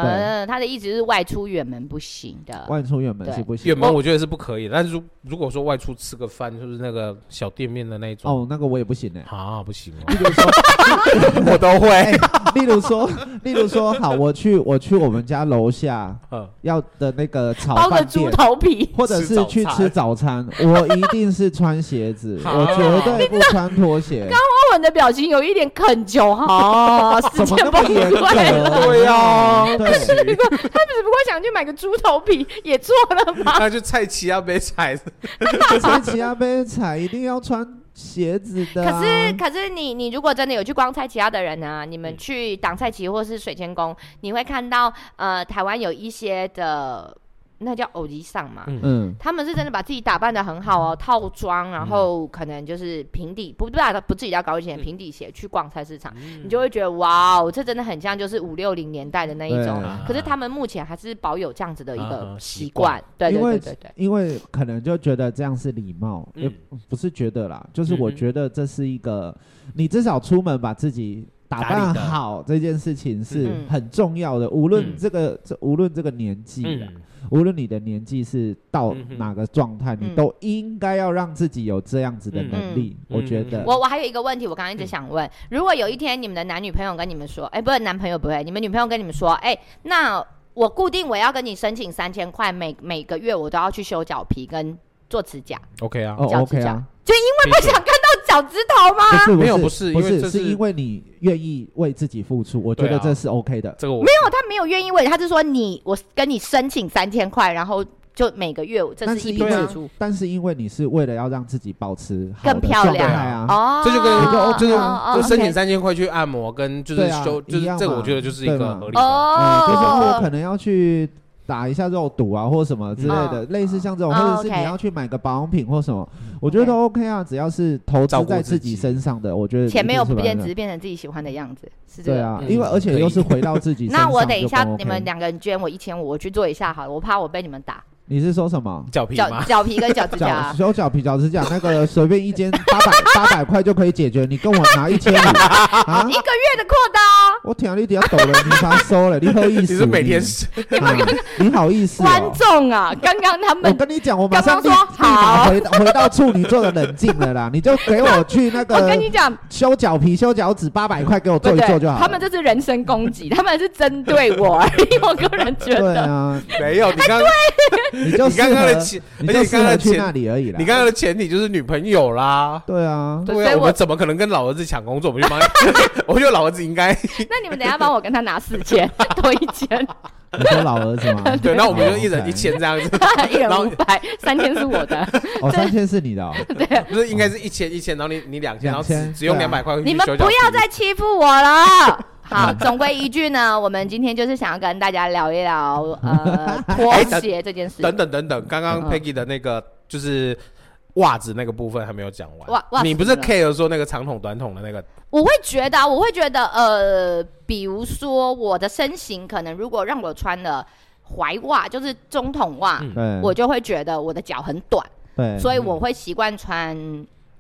Speaker 1: 呃，他的意思是外出远门不行的，
Speaker 3: 外出远门
Speaker 1: 对
Speaker 3: 是不行
Speaker 2: 远。门我觉得是不可以的，但是如如果说外出吃个饭，就是那个小店面的那一种，
Speaker 3: 哦，那个我也不行哎、
Speaker 2: 啊，不行哦，
Speaker 3: 例如说，
Speaker 2: 我都会，
Speaker 3: 哎例如说，例如说，好，我去，我去我们家楼下
Speaker 2: 嗯，
Speaker 3: 要的那个炒
Speaker 1: 包着
Speaker 3: 饭
Speaker 1: 猪
Speaker 3: 店，
Speaker 1: 头皮，
Speaker 3: 或者是去吃早餐， 我一定是穿鞋子，
Speaker 2: 好
Speaker 3: 我绝对不穿拖鞋。
Speaker 1: 欧文的表情有一点恳求，哦， 时
Speaker 3: 怎
Speaker 1: 间
Speaker 3: 么那
Speaker 1: 不
Speaker 3: 么严格？
Speaker 1: 对了。
Speaker 2: 对啊
Speaker 3: 对，
Speaker 1: 他 只不过想去买个猪头皮，也做了吗？
Speaker 2: 那就菜奇啊，没菜，
Speaker 3: 穿其他杯彩一定要穿鞋子的啊。
Speaker 1: 可是，可是你你如果真的有去逛菜奇亚的人啊，你们
Speaker 2: 嗯
Speaker 1: 去挡菜奇或是水仙宫，你会看到呃，台湾有一些的那叫偶吉上嘛，
Speaker 2: 嗯
Speaker 3: 嗯，
Speaker 1: 他们是真的把自己打扮的很好哦，套装，然后可能就是平底，不不打不自己要高跟鞋，
Speaker 2: 嗯
Speaker 1: 平底鞋去逛菜市场，你就会觉得哇哦，这真的很像就是五六零年代的那一种
Speaker 3: 对啊。
Speaker 1: 可是他们目前还是保有这样子的一
Speaker 2: 啊
Speaker 1: 个
Speaker 2: 啊
Speaker 1: 习
Speaker 2: 习
Speaker 1: 惯，对对
Speaker 3: 因为
Speaker 1: 对对对，
Speaker 3: 因为可能就觉得这样是礼貌，
Speaker 2: 嗯
Speaker 3: 也不是觉得啦，就是
Speaker 2: 嗯嗯
Speaker 3: 我觉得这是一个，你至少出门把自己。打扮好这件事情是
Speaker 1: 嗯
Speaker 3: 很重要的，无论
Speaker 2: 嗯
Speaker 3: 这个这无论这个年纪啦，
Speaker 2: 嗯，
Speaker 3: 无论你的年纪是到哪个状态，
Speaker 1: 嗯
Speaker 3: 你都应该要让自己有这样子的能力。
Speaker 2: 嗯
Speaker 3: 我觉得，
Speaker 1: 我我还有一个问题，我刚刚一直想问，如果有一天你们的男女朋友跟你们说，哎、不是男朋友不会，你们女朋友跟你们说，哎、那我固定我要跟你申请三千块，每每个月我都要去修脚皮跟做指甲，
Speaker 2: OK 啊，
Speaker 3: 哦
Speaker 1: 脚趾
Speaker 3: ，OK
Speaker 1: 甲
Speaker 3: 啊，
Speaker 2: 因为
Speaker 1: 不想看到 脚趾头吗？
Speaker 3: 不是
Speaker 2: 没有
Speaker 3: 不
Speaker 2: 不是
Speaker 3: 不
Speaker 2: 因为
Speaker 3: 是
Speaker 2: 这
Speaker 3: 是
Speaker 2: 是
Speaker 3: 因为你愿意为自己付出，我觉
Speaker 2: 对
Speaker 3: 得
Speaker 2: 啊
Speaker 3: 这是 OK 的。
Speaker 2: 这个我
Speaker 1: 没有，他没有愿意为，他是说你我跟你申请三千块，然后就每个月我这
Speaker 3: 但
Speaker 1: 是一
Speaker 3: 是
Speaker 1: 笔
Speaker 2: 对
Speaker 3: 因
Speaker 1: 支
Speaker 2: 啊
Speaker 3: 为
Speaker 1: 出，，
Speaker 3: 但是因为你是为了要让自己保持好
Speaker 1: 更
Speaker 3: 的
Speaker 1: 漂
Speaker 3: 状
Speaker 1: 亮
Speaker 3: 态啊，
Speaker 1: 哦，
Speaker 2: 这就跟
Speaker 3: 哦
Speaker 2: 就是
Speaker 1: 哦
Speaker 2: 就申请
Speaker 1: OK
Speaker 2: 三千块去按摩，跟就是
Speaker 3: 对啊
Speaker 2: 修，就
Speaker 3: 一
Speaker 2: 是
Speaker 3: 样
Speaker 2: 这个
Speaker 3: 嘛
Speaker 2: 我觉得就是一
Speaker 3: 对
Speaker 2: 个
Speaker 3: 嘛
Speaker 2: 合理的。
Speaker 3: 嗯，就是
Speaker 1: 哦
Speaker 3: 我，可能要去打一下肉毒啊，或什么之类的，
Speaker 1: 嗯
Speaker 3: 类似像这种，
Speaker 1: 哦
Speaker 3: 或者是
Speaker 1: OK
Speaker 3: 你要去买个保养品或什么，我觉得都 OK 啊，只要是投
Speaker 2: 嗯照
Speaker 3: 资
Speaker 2: 顾
Speaker 3: 在
Speaker 2: 自
Speaker 3: 自
Speaker 2: 己
Speaker 3: 己身上的，我觉得
Speaker 1: 钱没有不变，
Speaker 3: 变
Speaker 1: 只是变成自己喜欢的样子，是这
Speaker 3: 对
Speaker 1: 个。
Speaker 3: 啊，
Speaker 2: 嗯
Speaker 3: 因为而且又是回到自己身
Speaker 1: 那
Speaker 3: 上
Speaker 1: 我等一下
Speaker 3: 就更，OK
Speaker 1: 你们，两个人捐我一千五，我去做一下好了，我怕我被你们打。
Speaker 3: 你是说什么？
Speaker 2: 脚皮
Speaker 1: 脚
Speaker 2: 吗？
Speaker 1: 脚皮跟脚趾
Speaker 3: 脚
Speaker 1: 甲，
Speaker 3: 修脚皮、脚趾甲那个随便一间八百 八百块就可以解决，你跟我拿一千五 啊
Speaker 1: 一？个月的扩哦刀。
Speaker 3: 我天啊，你底下抖了，你才收了，你好 意
Speaker 2: 你
Speaker 3: 思？
Speaker 2: 是每天是
Speaker 3: 啊你好意思哦？
Speaker 1: 观众啊，刚刚他
Speaker 3: 我
Speaker 1: 们
Speaker 3: 跟你讲，我马上立
Speaker 1: 刚刚说
Speaker 3: 立马
Speaker 1: 好
Speaker 3: 回到回到处女座的冷静了 啦，你就给我去那
Speaker 1: 我跟
Speaker 3: 个
Speaker 1: 你讲，
Speaker 3: 修脚皮、修脚趾八百块，给我
Speaker 1: 对不
Speaker 3: 做一
Speaker 1: 对
Speaker 3: 做就好了。
Speaker 1: 他们这是人身攻击，他们是针对我而已。我个人觉
Speaker 3: 对
Speaker 1: 得，
Speaker 3: 啊，
Speaker 2: 没
Speaker 1: 哎
Speaker 2: 有，你刚
Speaker 3: 你就
Speaker 2: 你
Speaker 3: 适
Speaker 2: 刚刚的
Speaker 3: 合，
Speaker 2: 前，
Speaker 3: 你
Speaker 2: 而且
Speaker 3: 就
Speaker 2: 你
Speaker 3: 适
Speaker 2: 刚刚
Speaker 3: 合
Speaker 2: 的
Speaker 3: 去
Speaker 2: 前
Speaker 3: 那，里而已啦。
Speaker 2: 你刚刚的前提就是女朋友啦。
Speaker 3: 对啊，
Speaker 1: 对
Speaker 2: 对
Speaker 1: 所以
Speaker 2: 啊，
Speaker 1: 我
Speaker 2: 我们怎么可能跟老儿子抢工作？我们就帮， 我觉得老儿子 应该
Speaker 1: 那你们等一下帮我跟他拿四千， 多一千，
Speaker 3: 你说老儿子吗？
Speaker 2: 对，那我们就一
Speaker 3: 哦
Speaker 2: 人
Speaker 3: ，OK
Speaker 2: 一千这样子，
Speaker 1: 一人
Speaker 2: 然后
Speaker 1: 五 百，三千是我的。
Speaker 3: 哦，三千是你 的哦，
Speaker 2: 不是应该是一千一千，然后你你两千，然后只
Speaker 3: 2000
Speaker 2: 只用
Speaker 3: 对
Speaker 2: 两
Speaker 3: 啊
Speaker 2: 百块去
Speaker 1: 你们
Speaker 2: 修
Speaker 1: 不
Speaker 2: 脚皮
Speaker 1: 要再欺负我 了。好，总归一句呢，我们今天就是想要跟大家聊一聊 呃拖鞋这件事。
Speaker 2: 哎等等等等，刚刚
Speaker 1: 嗯
Speaker 2: Peggy 的那个就是袜子那个部分还没有讲完。
Speaker 1: 袜袜子
Speaker 2: 你不是
Speaker 1: 呢
Speaker 2: care 说那个长筒短筒的那个？
Speaker 1: 我会觉得啊，我会觉得，呃，比如说我的身形，可能如果让我穿了踝袜，就是中筒袜，
Speaker 2: 嗯
Speaker 3: 对，
Speaker 1: 我就会觉得我的脚很短，
Speaker 3: 对
Speaker 1: 所以我会习惯穿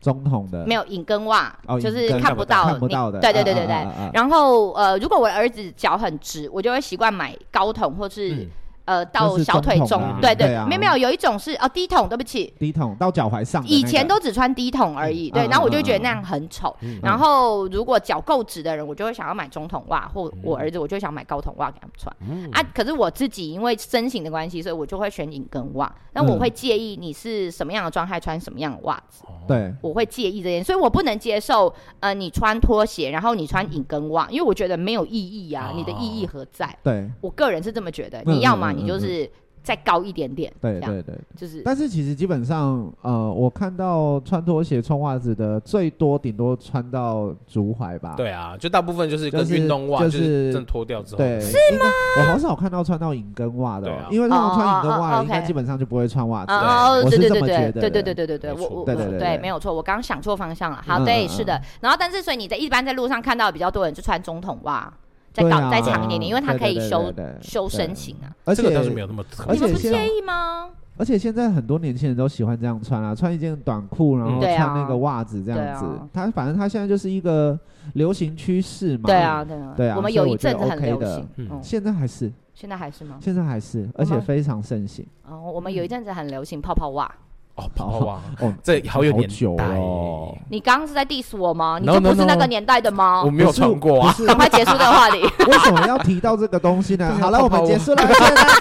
Speaker 3: 中筒的
Speaker 1: 没有引跟袜，
Speaker 3: 哦
Speaker 1: 就是
Speaker 3: 引跟
Speaker 1: 看
Speaker 2: 看不
Speaker 1: 到你，
Speaker 3: 看不到的，
Speaker 1: 对对对对对。
Speaker 3: 啊啊啊啊啊
Speaker 1: 然后呃，如果我的儿子脚很直，我就会习惯买高筒或是、
Speaker 2: 嗯
Speaker 1: 呃到
Speaker 3: 就是
Speaker 1: 小腿
Speaker 3: 中
Speaker 1: 中
Speaker 3: 筒啊，
Speaker 1: 对对
Speaker 3: 对啊，
Speaker 1: 没有没有，有一种是哦低筒，对不起，
Speaker 3: 低筒到脚踝上的那
Speaker 1: 以
Speaker 3: 个，
Speaker 1: 前都只穿低筒而已，
Speaker 3: 嗯
Speaker 1: 对，
Speaker 3: 嗯
Speaker 1: 然后我
Speaker 3: 嗯
Speaker 1: 就觉得
Speaker 3: 嗯
Speaker 1: 那样很丑。
Speaker 2: 嗯
Speaker 1: 然后如果脚够直的人，我就会想要买中筒袜，或
Speaker 3: 嗯
Speaker 1: 我儿子我就想买高筒袜给他们穿。
Speaker 2: 嗯
Speaker 1: 啊，可是我自己因为身形的关系，所以我就会选紧跟袜。那我
Speaker 3: 嗯
Speaker 1: 会介意你是什么样的状态穿什么样的袜子，
Speaker 3: 哦对，
Speaker 1: 我会介意这件，所以我不能接受呃你穿拖鞋，然后你穿紧跟袜，因为我觉得没有意义啊，你的意义何在？
Speaker 3: 对
Speaker 1: 我个人是这么觉得，
Speaker 3: 嗯
Speaker 1: 你要嘛
Speaker 3: 嗯嗯
Speaker 1: 你就
Speaker 3: 嗯
Speaker 1: 是再高一点点，
Speaker 3: 对
Speaker 1: 这样
Speaker 3: 对对。
Speaker 1: 就是
Speaker 3: 但是其实基本上，呃，我看到穿拖鞋、穿袜子的最多顶多穿到足踝吧。
Speaker 2: 对啊，就大部分就是跟
Speaker 3: 就是
Speaker 2: 运动袜，
Speaker 3: 就
Speaker 2: 就是是真的脱掉之后，
Speaker 3: 对，是吗？我好少看到穿到引跟袜的
Speaker 2: 对
Speaker 3: 哦
Speaker 2: 啊，
Speaker 3: 因为通常穿引跟
Speaker 1: 哦哦
Speaker 3: 袜
Speaker 1: 哦
Speaker 3: 的，应该
Speaker 1: OK
Speaker 3: 基本上就不会穿袜子。
Speaker 1: 啊哦，对
Speaker 3: 我是
Speaker 1: 对
Speaker 3: 这
Speaker 1: 对
Speaker 3: 么
Speaker 1: 对
Speaker 3: 觉
Speaker 1: 对
Speaker 3: 得
Speaker 1: 对
Speaker 3: 的
Speaker 1: 对对对对，
Speaker 2: 没
Speaker 1: 我
Speaker 2: 错
Speaker 1: 我
Speaker 3: 对对
Speaker 1: 对
Speaker 3: 对对
Speaker 1: 没有错，我刚刚想错方向了。好，
Speaker 3: 嗯
Speaker 1: 对，
Speaker 3: 嗯
Speaker 1: 是的。然后，但是所以你在一般在路上看到比较多人就穿中筒袜，再
Speaker 3: 对
Speaker 1: 高
Speaker 3: 啊
Speaker 1: 再长一点点，因为它可以
Speaker 3: 对对对
Speaker 1: 修
Speaker 3: 对对对
Speaker 1: 修身形啊。
Speaker 3: 而
Speaker 2: 这个倒是没
Speaker 3: 且
Speaker 2: 有那么特
Speaker 3: 而
Speaker 1: 你
Speaker 2: 别。
Speaker 3: 且
Speaker 1: 们不
Speaker 3: 现
Speaker 1: 介意吗？
Speaker 3: 而且现在很多年轻人都喜欢这样穿啊，穿一件短裤，然后
Speaker 2: 嗯
Speaker 1: 对
Speaker 3: 穿
Speaker 1: 啊
Speaker 3: 那个袜子这样子
Speaker 1: 对啊。
Speaker 3: 它反正它现在就是一个流行趋势嘛。
Speaker 1: 对啊，。对啊，
Speaker 3: 对啊
Speaker 1: 我们
Speaker 3: 所
Speaker 1: 有
Speaker 3: 以
Speaker 1: 一
Speaker 3: 我觉
Speaker 1: 阵
Speaker 3: 得
Speaker 1: 子很
Speaker 3: OK
Speaker 1: 流
Speaker 3: 的
Speaker 1: 行，
Speaker 2: 嗯
Speaker 1: 嗯，
Speaker 3: 现在还是，
Speaker 1: 现在还是吗？
Speaker 3: 现在还是，
Speaker 1: 嗯
Speaker 3: 而且非常盛行。
Speaker 1: 哦，我们有一阵子很流行泡泡袜。
Speaker 2: 哦，泡泡袜，
Speaker 3: 哦，
Speaker 2: 这好有
Speaker 3: 好
Speaker 2: 年
Speaker 3: 久
Speaker 2: 代
Speaker 3: 哦
Speaker 2: 耶，
Speaker 1: 你刚刚是在 diss 我吗？你
Speaker 2: No,
Speaker 1: 就不
Speaker 2: no,
Speaker 1: 是那
Speaker 2: no
Speaker 1: 个年代的吗
Speaker 2: 我？没有穿过啊。
Speaker 3: 不是
Speaker 1: 赶快 结束这个话题。
Speaker 3: 为什么要提到这个东西 呢？
Speaker 2: 对啊
Speaker 3: 好了，
Speaker 2: 泡
Speaker 3: 我
Speaker 2: 泡
Speaker 3: 们
Speaker 2: 袜
Speaker 3: 结束了，谢谢大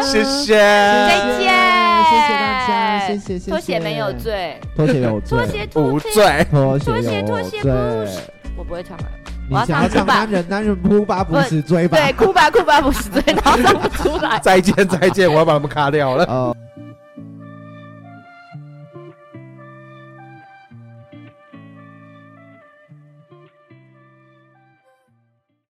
Speaker 2: 谢谢，
Speaker 1: 再见
Speaker 3: 谢谢大家，谢 谢，谢谢。
Speaker 1: 拖鞋没有，罪，
Speaker 3: 拖鞋有罪，
Speaker 1: 拖鞋
Speaker 2: 无
Speaker 1: 拖鞋，
Speaker 2: 罪。
Speaker 3: 拖鞋有
Speaker 1: 拖鞋拖鞋
Speaker 3: 罪
Speaker 1: 不是我不会啊唱了。
Speaker 3: 你
Speaker 1: 我要
Speaker 3: 想
Speaker 1: 唱
Speaker 3: 要
Speaker 1: 哭
Speaker 3: 唱
Speaker 1: 吧
Speaker 3: 男，人，男人扑吧，不
Speaker 1: 不
Speaker 3: 是追吧？
Speaker 1: 对，哭吧哭吧不是罪，然后唱不出来。
Speaker 2: 再见，再见，我要把他们卡掉了。
Speaker 3: 哦。